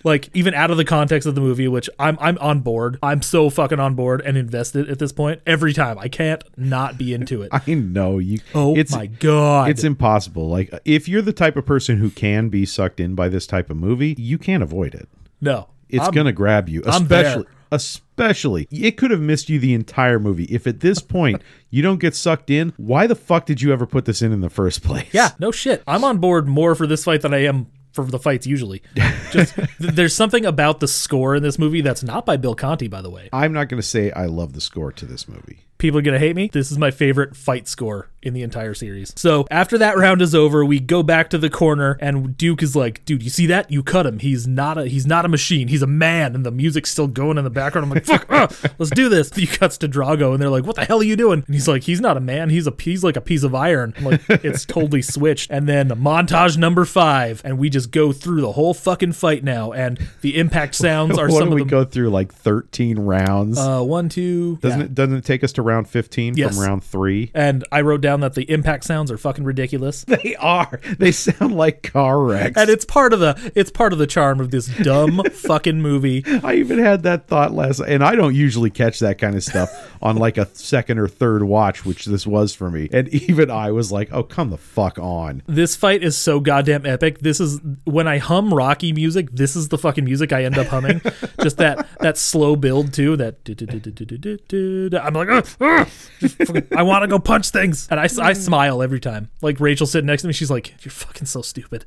S2: like even out of the context of the movie, which I'm I'm on board. I'm so fucking on board and invested at this point. Every time I can't not be into it.
S3: I know you.
S2: oh
S3: it's,
S2: my god!
S3: It's impossible. Like if you're the type of person who can be sucked in by this type of movie, you can't avoid it.
S2: no.
S3: It's
S2: I'm-
S3: gonna grab you,
S2: I'm there.
S3: especially. Especially, it could have missed you the entire movie. If at this point you don't get sucked in, why the fuck did you ever put this in in the first place?
S2: Yeah, no shit. I'm on board more for this fight than I am for the fights usually. Just th- there's something about the score in this movie that's not by Bill Conti, by the way.
S3: I'm not going to say I love the score to this movie.
S2: People are gonna hate me. This is my favorite fight score in the entire series. So after that round is over, we go back to the corner and Duke is like, "Dude, you see that? You cut him. He's not a he's not a machine. He's a man." And the music's still going in the background. I'm like, "Fuck, uh, let's do this." He cuts to Drago and they're like, "What the hell are you doing?" And he's like, "He's not a man. He's a he's like a piece of iron." Like it's totally switched. And then montage number five, and we just go through the whole fucking fight now. And the impact sounds are
S3: Why
S2: some
S3: don't
S2: of
S3: we
S2: the
S3: go through like 13 rounds?
S2: uh, one, two,
S3: doesn't
S2: yeah.
S3: it? Doesn't it take us to round 15
S2: Yes.
S3: from round three?
S2: And I wrote down that the impact sounds are fucking ridiculous.
S3: They are. They sound like car wrecks.
S2: and it's part of the it's part of the charm of this dumb fucking movie.
S3: I even had that thought last, and I don't usually catch that kind of stuff on like a second or third watch, which this was for me. And even I was like, "Oh, come the fuck on!"
S2: This fight is so goddamn epic. This is when I hum Rocky music. This is the fucking music I end up humming. Just that that slow build too. That du- du- du- du- du- du- du- du- I'm like, "Ugh, ugh." Just fucking- I want to go punch things, and I, s- I smile every time. Like Rachel sitting next to me, she's like, "You're fucking so stupid,"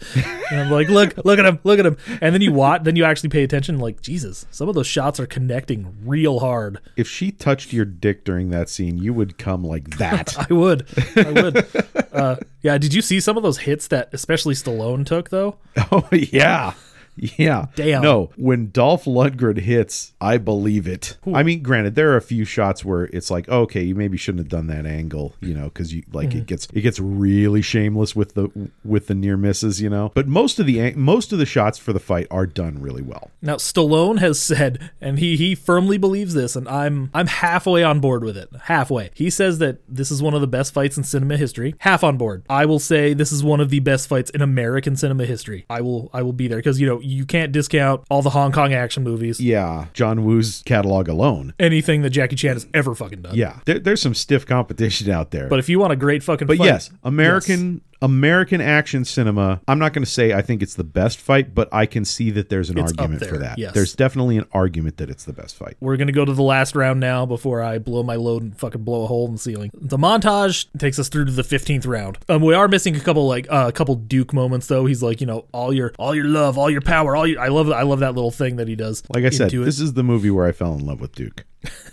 S2: and I'm like, "Look, look at him, look at him." And then you watch, then you actually pay attention. Like Jesus, some of those shots are connecting real hard.
S3: If she touched your dick during that scene, you would come like that.
S2: I would. I would. uh, yeah. Did you see some of those hits that especially Stallone took though?
S3: oh yeah. Yeah.
S2: Damn.
S3: No, when Dolph Lundgren hits, I believe it. I mean, granted, there are a few shots where it's like, okay, you maybe shouldn't have done that angle, you know, because you like
S2: Mm-hmm.
S3: it gets it gets really shameless with the with the near misses, you know. But most of the an- most of the shots for the fight are done really well.
S2: Now Stallone has said, and he he firmly believes this, and I'm I'm halfway on board with it. Halfway. He says that this is one of the best fights in cinema history. Half on board. I will say this is one of the best fights in American cinema history. I will I will be there because you know you can't discount all the Hong Kong action movies.
S3: Yeah, John Woo's catalog alone.
S2: Anything that Jackie Chan has ever fucking done.
S3: Yeah, there, there's some stiff competition out there.
S2: But if you want a great fucking
S3: But
S2: fight,
S3: yes, American American action cinema. I'm not going to say I think it's the best fight, but I can see that there's an
S2: It's up
S3: argument for
S2: there,
S3: that.
S2: yes.
S3: There's definitely an argument that it's the best fight.
S2: We're gonna go to the last round now before I blow my load and fucking blow a hole in the ceiling. The montage takes us through to the fifteenth round. Um, we are missing a couple like uh, a couple Duke moments though. He's like, you know, all your all your love, all your power, all your I love I love that little thing that he does.
S3: Like I said,
S2: into it.
S3: this is the movie where I fell in love with Duke.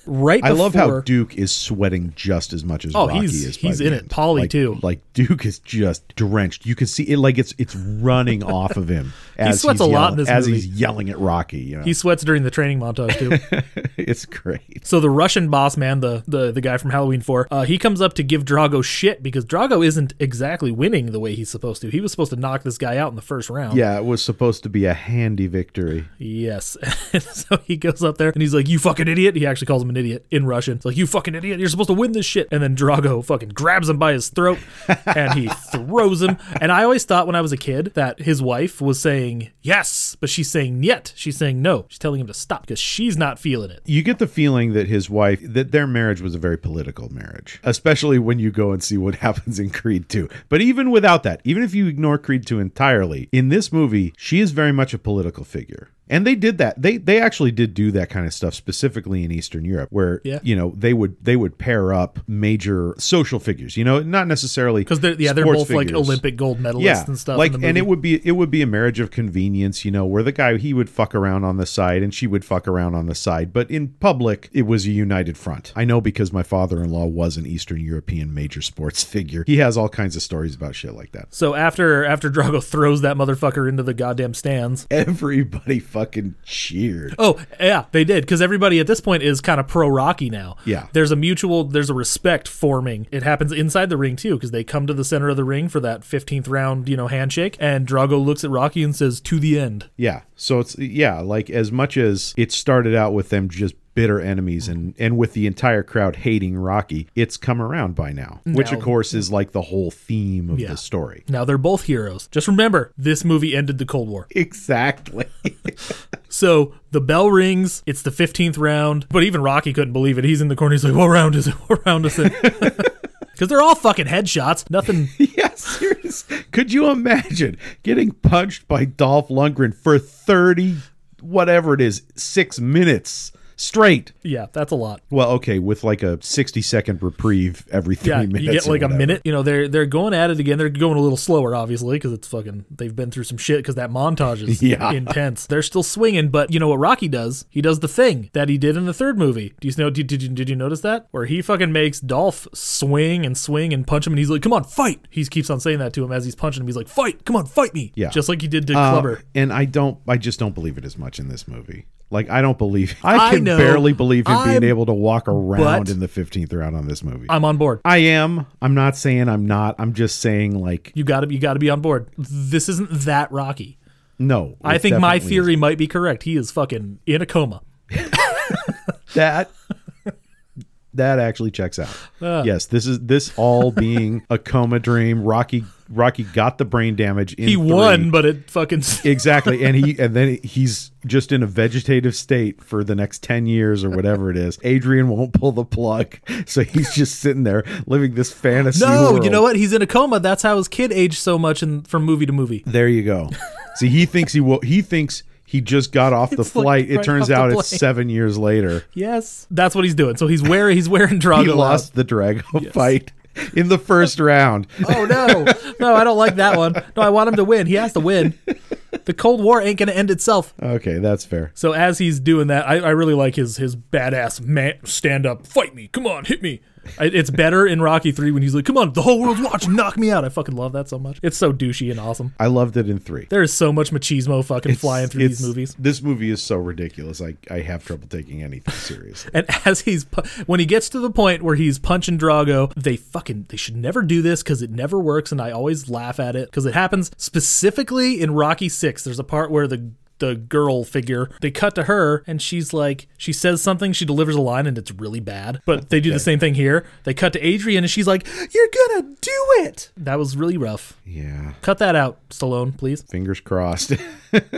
S2: right.
S3: I love how
S2: before-
S3: Duke is sweating just as much as
S2: Oh,
S3: Rocky
S2: he's-
S3: is. by
S2: he's
S3: the
S2: in
S3: end.
S2: it. Polly,
S3: Like-
S2: too.
S3: Like Duke is just drenched. You can see it like it's it's running off of him. As
S2: sweats
S3: he's
S2: a lot in
S3: yelling-
S2: this
S3: as
S2: movie.
S3: he's yelling at Rocky. You know,
S2: he sweats during the training montage too.
S3: it's great.
S2: So the Russian boss man, the the, the guy from Halloween Four, uh, he comes up to give Drago shit because Drago isn't exactly winning the way he's supposed to. He was supposed to knock this guy out in the first round.
S3: Yeah, it was supposed to be a handy victory.
S2: Yes. so he goes up there and he's like, You fucking idiot. He actually calls him an idiot in Russian. It's like, You fucking idiot. You're supposed to win this shit. And then Drago fucking grabs him by his throat and he throws him. And I always thought when I was a kid that his wife was saying yes, but she's saying yet. She's saying no. She's telling him to stop because she's not feeling it.
S3: you get the feeling that his wife that their marriage was a very political marriage especially when you go and see what happens in creed 2 but even without that even if you ignore creed 2 entirely in this movie she is very much a political figure And they did that. They they actually did do that kind of stuff specifically in Eastern Europe, where
S2: Yeah.
S3: you know they would they would pair up major social figures. You know, not necessarily
S2: because they're yeah they're
S3: sports
S2: both like
S3: figures.
S2: Olympic gold medalists
S3: Yeah,
S2: and stuff. in
S3: like
S2: the movie.
S3: and it would be it would be a marriage of convenience, you know, where the guy he would fuck around on the side and she would fuck around on the side, but in public it was a united front. I know because my father-in-law was an Eastern European major sports figure. He has all kinds of stories about shit like that.
S2: So after after Drago throws that motherfucker into the goddamn stands.
S3: Everybody fucking cheered.
S2: Oh yeah, they did because everybody at this point is kind of pro Rocky now.
S3: Yeah.
S2: there's a mutual, there's a respect forming. It happens inside the ring too because they come to the center of the ring for that fifteenth round, you know, handshake, and Drago looks at Rocky and says, "To the end."
S3: Yeah. So it's yeah, like as much as it started out with them just bitter enemies and and with the entire crowd hating Rocky, it's come around by now, which of
S2: Now-
S3: course is like the whole theme of
S2: Yeah.
S3: the story.
S2: Now they're both heroes. Just remember, this movie ended the Cold War.
S3: Exactly.
S2: So the bell rings. It's the fifteenth round, but even Rocky couldn't believe it. He's in the corner. He's like, "What round is it? What round is it?" Because they're all fucking headshots. Nothing.
S3: yeah, seriously. Could you imagine getting punched by Dolph Lundgren for 30 whatever it is, 6 minutes straight?
S2: Yeah, that's a lot.
S3: Well, okay, with like a 60 second reprieve every 3
S2: Yeah,
S3: minutes.
S2: you get
S3: or
S2: like a
S3: whatever.
S2: minute. You know, they're they're going at it again. They're going a little slower, obviously, because it's fucking. They've been through some shit. Because that montage is
S3: Yeah.
S2: intense. They're still swinging, but you know what Rocky does? He does the thing that he did in the third movie. Do you know? Did, did you did you notice that? Where he fucking makes Dolph swing and swing and punch him, and he's like, "Come on, fight!" He keeps on saying that to him as he's punching him. He's like, "Fight! Come on, fight me!"
S3: Yeah.
S2: just like he did to
S3: Uh,
S2: Clubber.
S3: and I don't I just don't believe it as much in this movie. Like I don't believe I
S2: I
S3: can
S2: know.
S3: barely believe him being
S2: I'm-
S3: able to walk around
S2: but-
S3: in the 15th round on this movie.
S2: I'm on board.
S3: I am. I'm not saying I'm not. I'm just saying like
S2: You got to you got to be on board. This isn't that Rocky.
S3: no.
S2: I
S3: it
S2: think my
S3: definitely
S2: theory might be correct. He is fucking in a coma.
S3: is. that that actually checks out.
S2: Ah.
S3: yes, this is this all being a coma dream. Rocky Rocky got the brain damage in
S2: He
S3: three.
S2: won, but it fucking
S3: Exactly. And he and then he's just in a vegetative state for the next 10 years or whatever it is. Adrian won't pull the plug. So he's just sitting there living this fantasy
S2: No,
S3: world.
S2: you know what? He's in a coma. That's how his kid aged so much in, from movie to movie.
S3: There you go. See, he thinks he will he thinks he just got off the
S2: like
S3: flight. it
S2: right off
S3: turns
S2: the
S3: out it's
S2: plane. 7
S3: 7 years later.
S2: Yes, that's what he's doing. So he's wearing he's wearing Drago.
S3: He lost the Drago fight in the first round.
S2: out. Oh no, no, I don't like that one. No, I want him to win. He has to win. The Cold War ain't gonna end itself.
S3: Okay, that's fair.
S2: So as he's doing that, I, I really like his his badass man stand up, fight me, come on, hit me. I, it's better in Rocky Three when he's like, come on, the whole world's watching, knock me out. I fucking love that so much. It's so douchey and awesome.
S3: I loved it in 3.
S2: There is so much machismo fucking flying through these
S3: It's-
S2: movies.
S3: This movie is so ridiculous. I, I have trouble taking anything seriously.
S2: And as he's pu- when he gets to the point where he's punching Drago, they fucking they should never do this because it never works, and I always laugh at it because it happens specifically in Rocky Six. There's a part where the the girl figure they cut to her and she's like she says something she delivers a line and it's really bad but they do the same thing here they cut to adrian and she's like you're gonna do it that was really rough
S3: Yeah.
S2: cut that out stallone please
S3: fingers crossed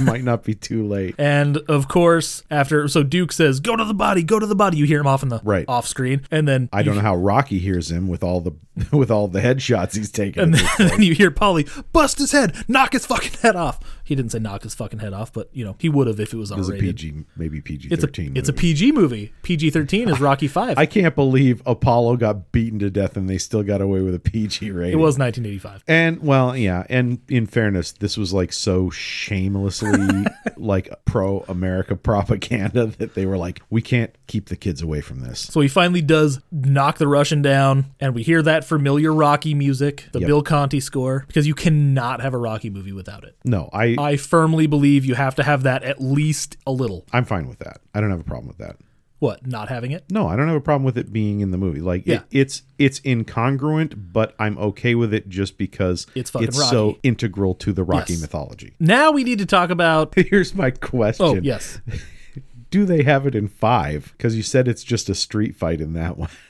S3: might not be too late
S2: And of course, after so Duke says, "Go to the body, go to the body." You hear him off in the
S3: Right.
S2: off screen, and then
S3: i don't know how rocky hears him with all the with all the headshots he's taking
S2: and then you hear Polly bust his head, knock his fucking head off. He didn't say knock his fucking head off, but you know he would have if it was
S3: it's a
S2: R-rated.
S3: pg maybe pg-13
S2: It's a it's a
S3: movie.
S2: PG movie. PG thirteen is Rocky Five.
S3: i can't believe apollo got beaten to death and they still got away with a pg rating
S2: it was 1985.
S3: and well yeah and in fairness this was like so shamelessly like pro america propaganda that they were like we can't keep the kids away from this
S2: So he finally does knock the Russian down, and we hear that familiar Rocky music, the
S3: Yep.
S2: Bill Conti score, because you cannot have a Rocky movie without it.
S3: no i
S2: I firmly believe you have to have that at least a little.
S3: i'm fine with that i don't have a problem with that
S2: What? Not having it?
S3: No, I don't have a problem with it being in the movie. Like
S2: Yeah.
S3: it, it's it's incongruent, but I'm okay with it just because
S2: It's fucking
S3: so
S2: Rocky.
S3: integral to the Rocky
S2: Yes.
S3: mythology.
S2: Now we need to talk about.
S3: Here's my question.
S2: Oh yes,
S3: Do they have it in 5? Cuz you said it's just a street fight in that one.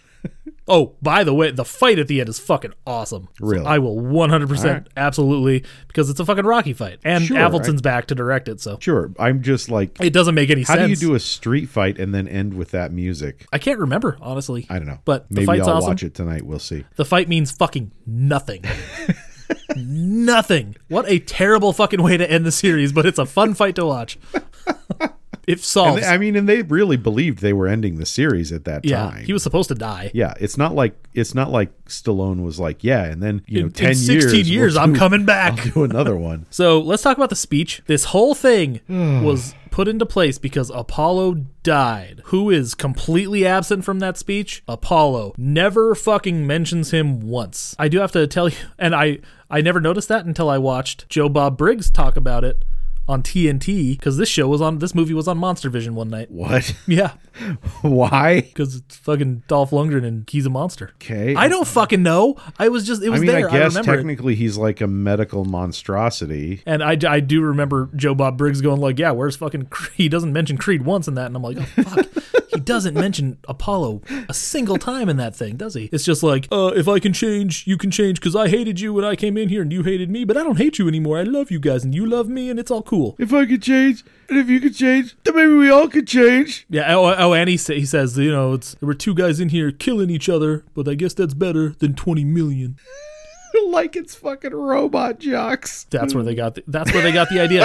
S2: Oh, by the way, the fight at the end is fucking awesome. So
S3: Really?
S2: I will 100%
S3: All right.
S2: absolutely because it's a fucking Rocky fight. And
S3: Sure,
S2: Appleton's back to direct it, so
S3: Sure, I'm just like
S2: it doesn't make any
S3: how
S2: sense.
S3: do you do a street fight and then end with that music?
S2: I can't remember, honestly.
S3: I don't know.
S2: But the
S3: maybe
S2: fight's
S3: I'll
S2: awesome.
S3: watch it tonight. We'll see.
S2: The fight means fucking nothing. Nothing. What a terrible fucking way to end the series, but it's a fun fight to watch. if
S3: And
S2: solved.
S3: they- I mean, and they really believed they were ending the series at that
S2: yeah,
S3: time.
S2: he was supposed to die.
S3: yeah, it's not like it's not like Stallone was like, yeah, and then you know,
S2: In-
S3: ten
S2: in 16 years,
S3: we'll
S2: I'm
S3: do-
S2: coming back.
S3: I'll do another one.
S2: So let's talk about the speech. This whole thing
S3: Hmm.
S2: was put into place because Apollo died. Who is completely absent from that speech? Apollo never fucking mentions him once. I do have to tell you, and I I never noticed that until I watched Joe Bob Briggs talk about it on TNT because this show was on this movie was on Monster Vision one night.
S3: What?
S2: Yeah,
S3: Why?
S2: because it's fucking Dolph Lundgren and he's a monster.
S3: Okay.
S2: I don't fucking know. I was just it
S3: I
S2: was
S3: mean,
S2: there.
S3: I guess
S2: remember it.
S3: technically he's like a medical monstrosity.
S2: And I, I do remember Joe Bob Briggs going like, "Yeah, where's fucking Creed? he doesn't mention Creed once in that," and I'm like, "Oh fuck, he doesn't mention Apollo a single time in that thing, does he?" It's just like, "Uh, if I can change, you can change, because I hated you when I came in here and you hated me, but I don't hate you anymore. I love you guys and you love me and it's all cool."
S3: If I could change, and if you could change, then maybe we all could change.
S2: Yeah. Oh, oh and he, sa- he says, you know, it's there were two guys in here killing each other, but I guess that's better than twenty million.
S3: like it's fucking robot jocks.
S2: That's where they got. The, that's where they got the idea.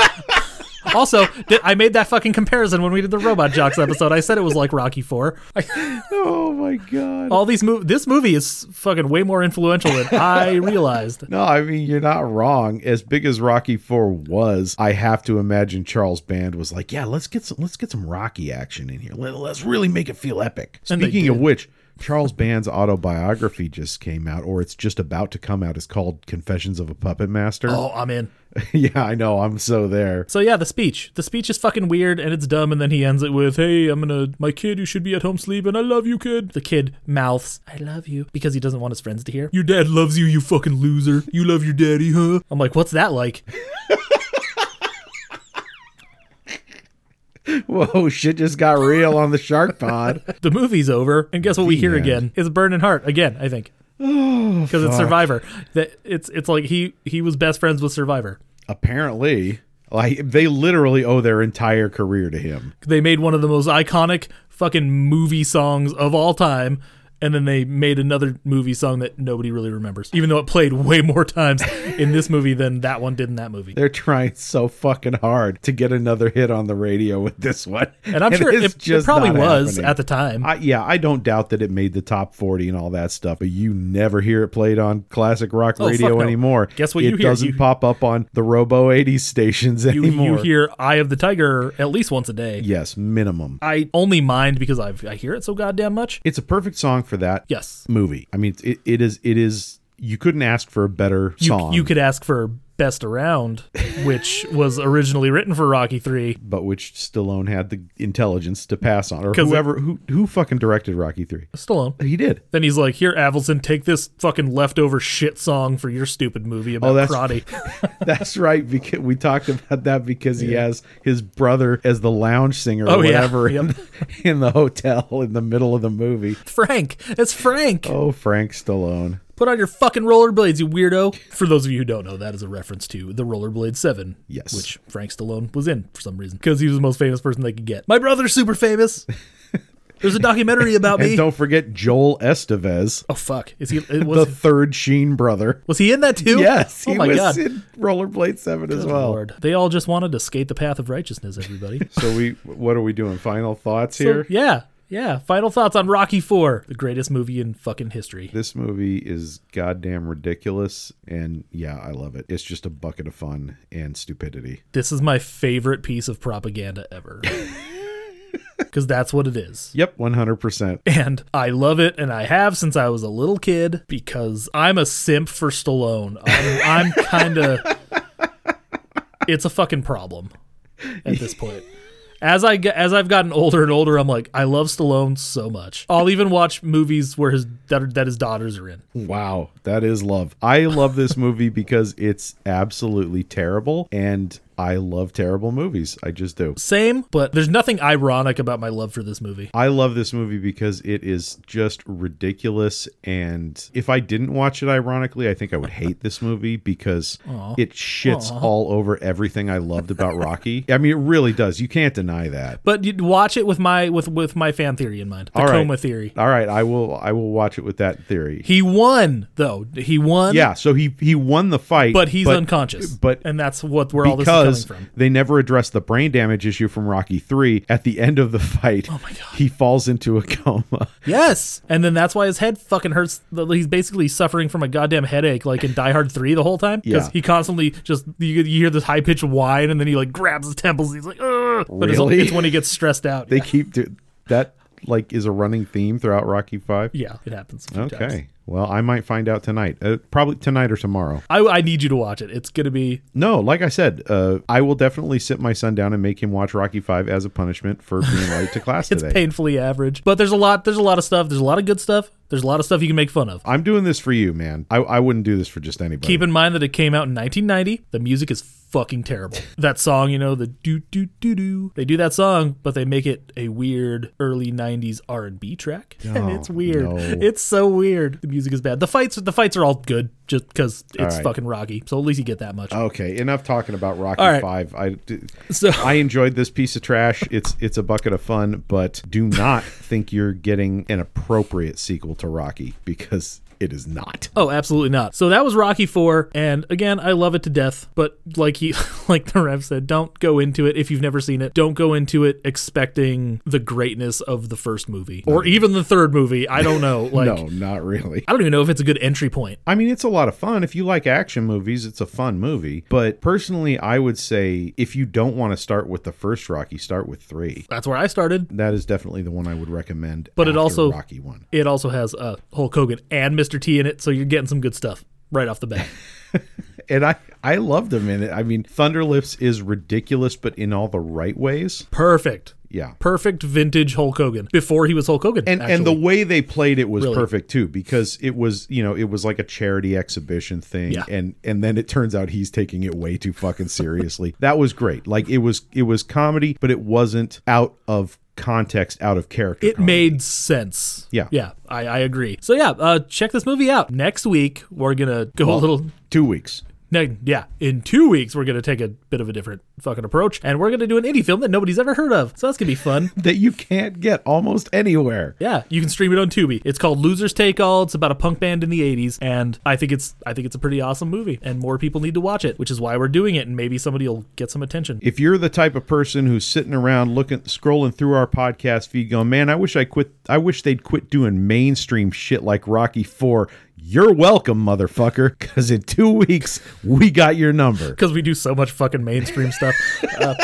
S2: also, th- I made that fucking comparison when we did the Robot Jocks episode. I said it was like Rocky Four. I-
S3: Oh my god.
S2: All these mov This movie is fucking way more influential than I realized.
S3: No, I mean you're not wrong. As big as Rocky Four was, I have to imagine Charles Band was like, "Yeah, let's get some, let's get some Rocky action in here. Let, us really make it feel epic."
S2: And they
S3: Speaking of
S2: did.
S3: which, Charles Band's autobiography just came out, or it's just about to come out. It's called "Confessions of a Puppet Master."
S2: Oh, I'm in.
S3: yeah, I know. I'm so there.
S2: So yeah, the speech. The speech is fucking weird and it's dumb. And then he ends it with, "Hey, I'm gonna my kid who should be at home sleeping. I love you, kid." The kid mouths, "I love you," because he doesn't want his friends to hear. Your dad loves you, you fucking loser. You love your daddy, huh? I'm like, what's that like?
S3: Whoa, shit just got real on the Shark Pod.
S2: The movie's over, and guess what we
S3: The
S2: hear
S3: end. Oh,
S2: again is Burning Heart again. I think because it's Survivor. That it's it's like he he was best friends with Survivor.
S3: Apparently, like they literally owe their entire career to him.
S2: They made one of the most iconic fucking movie songs of all time, and then they made another movie song that nobody really remembers, even though it played way more times in this movie than that one did in that movie.
S3: They're trying so fucking hard to get another hit on the radio with this one.
S2: And I'm sure
S3: it's
S2: it, it probably
S3: not
S2: was
S3: happening.
S2: at the time.
S3: I, yeah, I don't doubt that it made the top 40 and all that stuff, but you never hear it played on classic rock
S2: Oh,
S3: radio
S2: fuck no.
S3: anymore.
S2: Guess what
S3: It
S2: you hear?
S3: doesn't
S2: You-
S3: pop up on the Robo 80s stations
S2: you,
S3: anymore.
S2: you hear "Eye of the Tiger" at least once a day.
S3: yes, minimum.
S2: I only mind because I've, I hear it so goddamn much.
S3: It's a perfect song for that
S2: Yes.
S3: movie. I mean, it, it is it is you couldn't ask for a better
S2: you,
S3: song,
S2: you could ask for best around which was originally written for rocky 3
S3: but which Stallone had the intelligence to pass on or
S2: 'Cause it-
S3: whoever who who fucking directed Rocky 3.
S2: stallone
S3: He did.
S2: then he's like here avelson take this fucking leftover shit song for your stupid movie about
S3: Oh, that's-
S2: karate
S3: That's right. Because we talked about that because he has his brother as the lounge singer or
S2: Oh, yeah.
S3: whatever in,
S2: Yep.
S3: in the hotel in the middle of the movie.
S2: frank it's frank
S3: Oh, Frank Stallone.
S2: put on your fucking rollerblades you weirdo for those of you who don't know that is a reference to the rollerblade 7
S3: Yes.
S2: which frank stallone was in for some reason because he was the most famous person they could get my brother's super famous there's a documentary about
S3: And
S2: me
S3: don't forget Joel Estevez,
S2: oh fuck is he it
S3: the
S2: was,
S3: third Sheen brother.
S2: was he in that too
S3: Yes,
S2: oh
S3: he
S2: my
S3: was
S2: god
S3: in Rollerblade Seven as
S2: Good
S3: well.
S2: Lord. They all just wanted to skate the path of righteousness, everybody.
S3: So we, what are we doing? Final thoughts
S2: So,
S3: here.
S2: yeah. Yeah. Final thoughts on Rocky Four, the greatest movie in fucking history.
S3: This movie is goddamn ridiculous, and yeah, I love it. It's just a bucket of fun and stupidity.
S2: This is my favorite piece of propaganda ever. Because that's what it is.
S3: Yep, one hundred percent.
S2: And I love it, and I have since I was a little kid because I'm a simp for Stallone. I'm, I'm kind of. It's a fucking problem at this point. As I get, as I've gotten older and older, I'm like, I love Stallone so much. I'll even watch movies where his that, are- that his daughters are in.
S3: Wow, that is love. I love this movie because it's absolutely terrible and I love terrible movies. I just do.
S2: Same, but there's nothing ironic about my love for this movie.
S3: I love this movie because it is just ridiculous. And if I didn't watch it, ironically, I think I would hate this movie because it shits all over everything I loved about Rocky. I mean, it really does. You can't deny that.
S2: But you'd watch it with my with with my fan theory in mind, the
S3: All right.
S2: coma theory.
S3: All right, I will. I will watch it with that theory.
S2: He won though. He won.
S3: yeah, so he he won the fight,
S2: but he's unconscious.
S3: But
S2: and that's what where all this
S3: because
S2: is coming from.
S3: they never addressed the brain damage issue from Rocky 3 at the end of the fight. Oh my god. He falls into a coma.
S2: Yes, and then that's why his head fucking hurts. He's basically suffering from a goddamn headache, like in Die Hard three, the whole time.
S3: Yeah.
S2: he constantly just you, you hear this high pitched whine, and then he like grabs his temples. He's like, Ugh! but it's-
S3: Really?
S2: it's, when he gets stressed out.
S3: They
S2: yeah.
S3: keep do- that like is a running theme throughout Rocky 5.
S2: Yeah, it happens. a few
S3: okay.
S2: times.
S3: Well, I might find out tonight. Uh, probably tonight or tomorrow.
S2: I, I need you to watch it. It's gonna be
S3: No, like I said, uh, I will definitely sit my son down and make him watch Rocky 5 as a punishment for being late to class
S2: it's
S3: today.
S2: painfully average, but there's a lot. There's a lot of stuff. There's a lot of good stuff. There's a lot of stuff you can make fun of.
S3: I'm doing this for you, man. I, I wouldn't do this for just anybody.
S2: Keep in mind that it came out in 1990. The music is fucking terrible. that song, you know, the do do do do. They do that song, but they make it a weird early 90s R&B track, and it's weird.
S3: Oh, no.
S2: It's so weird. The music is bad. The fights, the fights are all good, just because it's
S3: right.
S2: fucking Rocky. So at least you get that much.
S3: Okay, enough talking about Rocky
S2: All right.
S3: Five. I, d-
S2: So-
S3: I enjoyed this piece of trash. It's it's a bucket of fun, but do not think you're getting an appropriate sequel to Rocky because it is not.
S2: Oh, absolutely not. So that was Rocky 4 and again, I love it to death, but like he like the rev said, don't go into it if you've never seen it. Don't go into it expecting the greatness of the first movie or even the third movie. I don't know. Like
S3: no, not really.
S2: I don't even know if it's a good entry point.
S3: I mean, it's a lot of fun. If you like action movies, it's a fun movie. But personally, I would say if you don't want to start with the first Rocky, start with three.
S2: That's where I started.
S3: That is definitely the one I would recommend.
S2: But it
S3: after
S2: also-
S3: Rocky one.
S2: It also has uh, Hulk Hogan and Mr. T in it, so you're getting some good stuff right off the bat.
S3: and I I loved him in it. I mean, Thunderlips is ridiculous, but in all the right ways.
S2: Perfect.
S3: Yeah.
S2: Perfect vintage Hulk Hogan before he was Hulk Hogan.
S3: And and the
S2: actually.
S3: way they played it was
S2: Really.
S3: perfect too, because it was you know it was like a charity exhibition thing,
S2: Yeah.
S3: and and then it turns out he's taking it way too fucking seriously. that was great. Like it was it was comedy, but it wasn't out of context, out of character.
S2: it
S3: comedy.
S2: made sense.
S3: Yeah.
S2: Yeah, I, I agree. So yeah, uh, check this movie out. Next week we're gonna go a little
S3: two weeks.
S2: ne- yeah, in two weeks we're gonna take a bit of a different fucking approach and we're gonna do an indie film that nobody's ever heard of. So that's gonna be fun.
S3: That you can't get almost anywhere.
S2: Yeah, you can stream it on Tubi. It's called Losers Take All. It's about a punk band in the 80s and I think it's I think it's a pretty awesome movie and more people need to watch it, which is why we're doing it and maybe somebody'll get some attention.
S3: if you're the type of person who's sitting around looking scrolling through our podcast feed going man i wish i quit i wish they'd quit doing mainstream shit like rocky 4 you're welcome motherfucker because in two weeks we got your number
S2: because we do so much fucking mainstream stuff. Uh,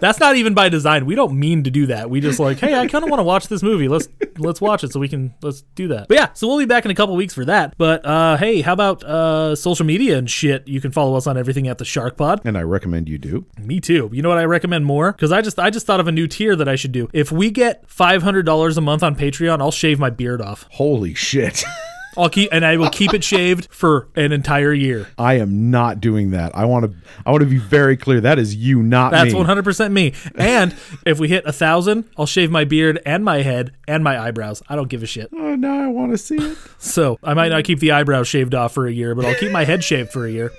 S2: that's not even by design. We don't mean to do that. We just like, hey, I kind of want to watch this movie. Let's let's watch it so we can let's do that. But yeah, so we'll be back in a couple weeks for that. But uh, hey, how about uh, social media and shit? You can follow us on everything at the Shark Pod.
S3: and i recommend you do
S2: Me too. You know what I recommend more? Because I just I just thought of a new tier that I should do. If we get five hundred dollars a month on Patreon, I'll shave my beard off.
S3: holy shit
S2: I'll keep and I will keep it shaved for an entire year.
S3: i am not doing that i want to i want to be very clear that is you not
S2: That's
S3: me
S2: one hundred percent me. And if we hit a thousand, I'll shave my beard and my head and my eyebrows. I don't give a shit.
S3: oh now i want to see it
S2: So I might not keep the eyebrows shaved off for a year, but I'll keep my head shaved for a year.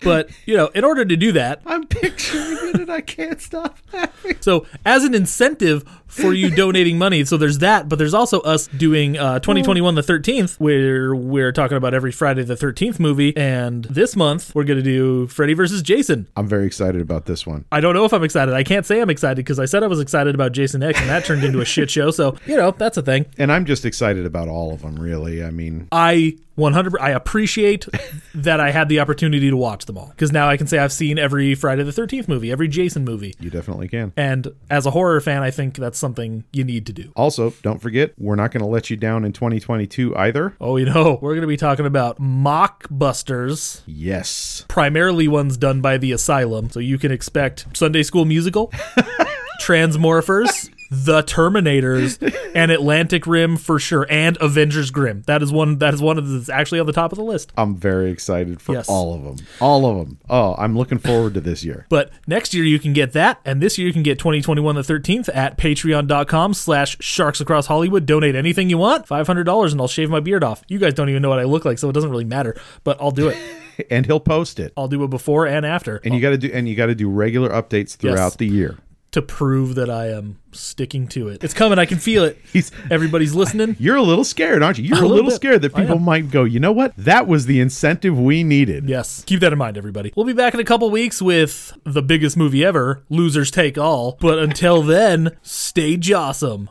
S2: But you know, in order to do that,
S3: i'm picturing it and i can't stop laughing
S2: so as an incentive for you donating money, so there's that, but there's also us doing uh, 2021 the 13th, where we're talking about every Friday the 13th movie, and this month we're gonna do Freddy versus Jason.
S3: i'm very excited about this one
S2: I don't know if I'm excited. I can't say I'm excited because I said I was excited about Jason X and that turned into a shit show. So, you know, that's a thing.
S3: and i'm just excited about all of them really i mean
S2: I 100 I appreciate that I had the opportunity to watch them all cuz now I can say I've seen every Friday the 13th movie, every Jason movie.
S3: you definitely can
S2: And as a horror fan, I think that's something you need to do.
S3: Also, don't forget, we're not going to let you down in 2022 either.
S2: Oh, you know, we're going to be talking about mockbusters,
S3: Yes.
S2: primarily ones done by the asylum, so you can expect Sunday School Musical, Transmorphers, The Terminators, and Atlantic Rim for sure, and Avengers Grim. That is one. That is one of the, that's actually on the top of the list.
S3: I'm very excited for
S2: Yes.
S3: all of them. All of them. Oh, I'm looking forward to this year.
S2: But next year you can get that, and this year you can get 2021 the 13th at patreon.com slash sharks across Hollywood. Donate anything you want, $500, and I'll shave my beard off. You guys don't even know what I look like, so it doesn't really matter, but I'll do it.
S3: And he'll post it.
S2: I'll do it before and after
S3: And you got to do and you got to do regular updates throughout the year.
S2: to prove that I am sticking to it. It's coming. I can feel it.
S3: He's-
S2: Everybody's listening.
S3: You're a little scared, aren't you? You're a,
S2: little
S3: little,
S2: bit.
S3: scared that
S2: I
S3: people
S2: am.
S3: might go, "You know what? That was the incentive we needed."
S2: Yes. Keep that in mind, everybody. We'll be back in a couple weeks with the biggest movie ever, Losers Take All. But until then, stay jawsome.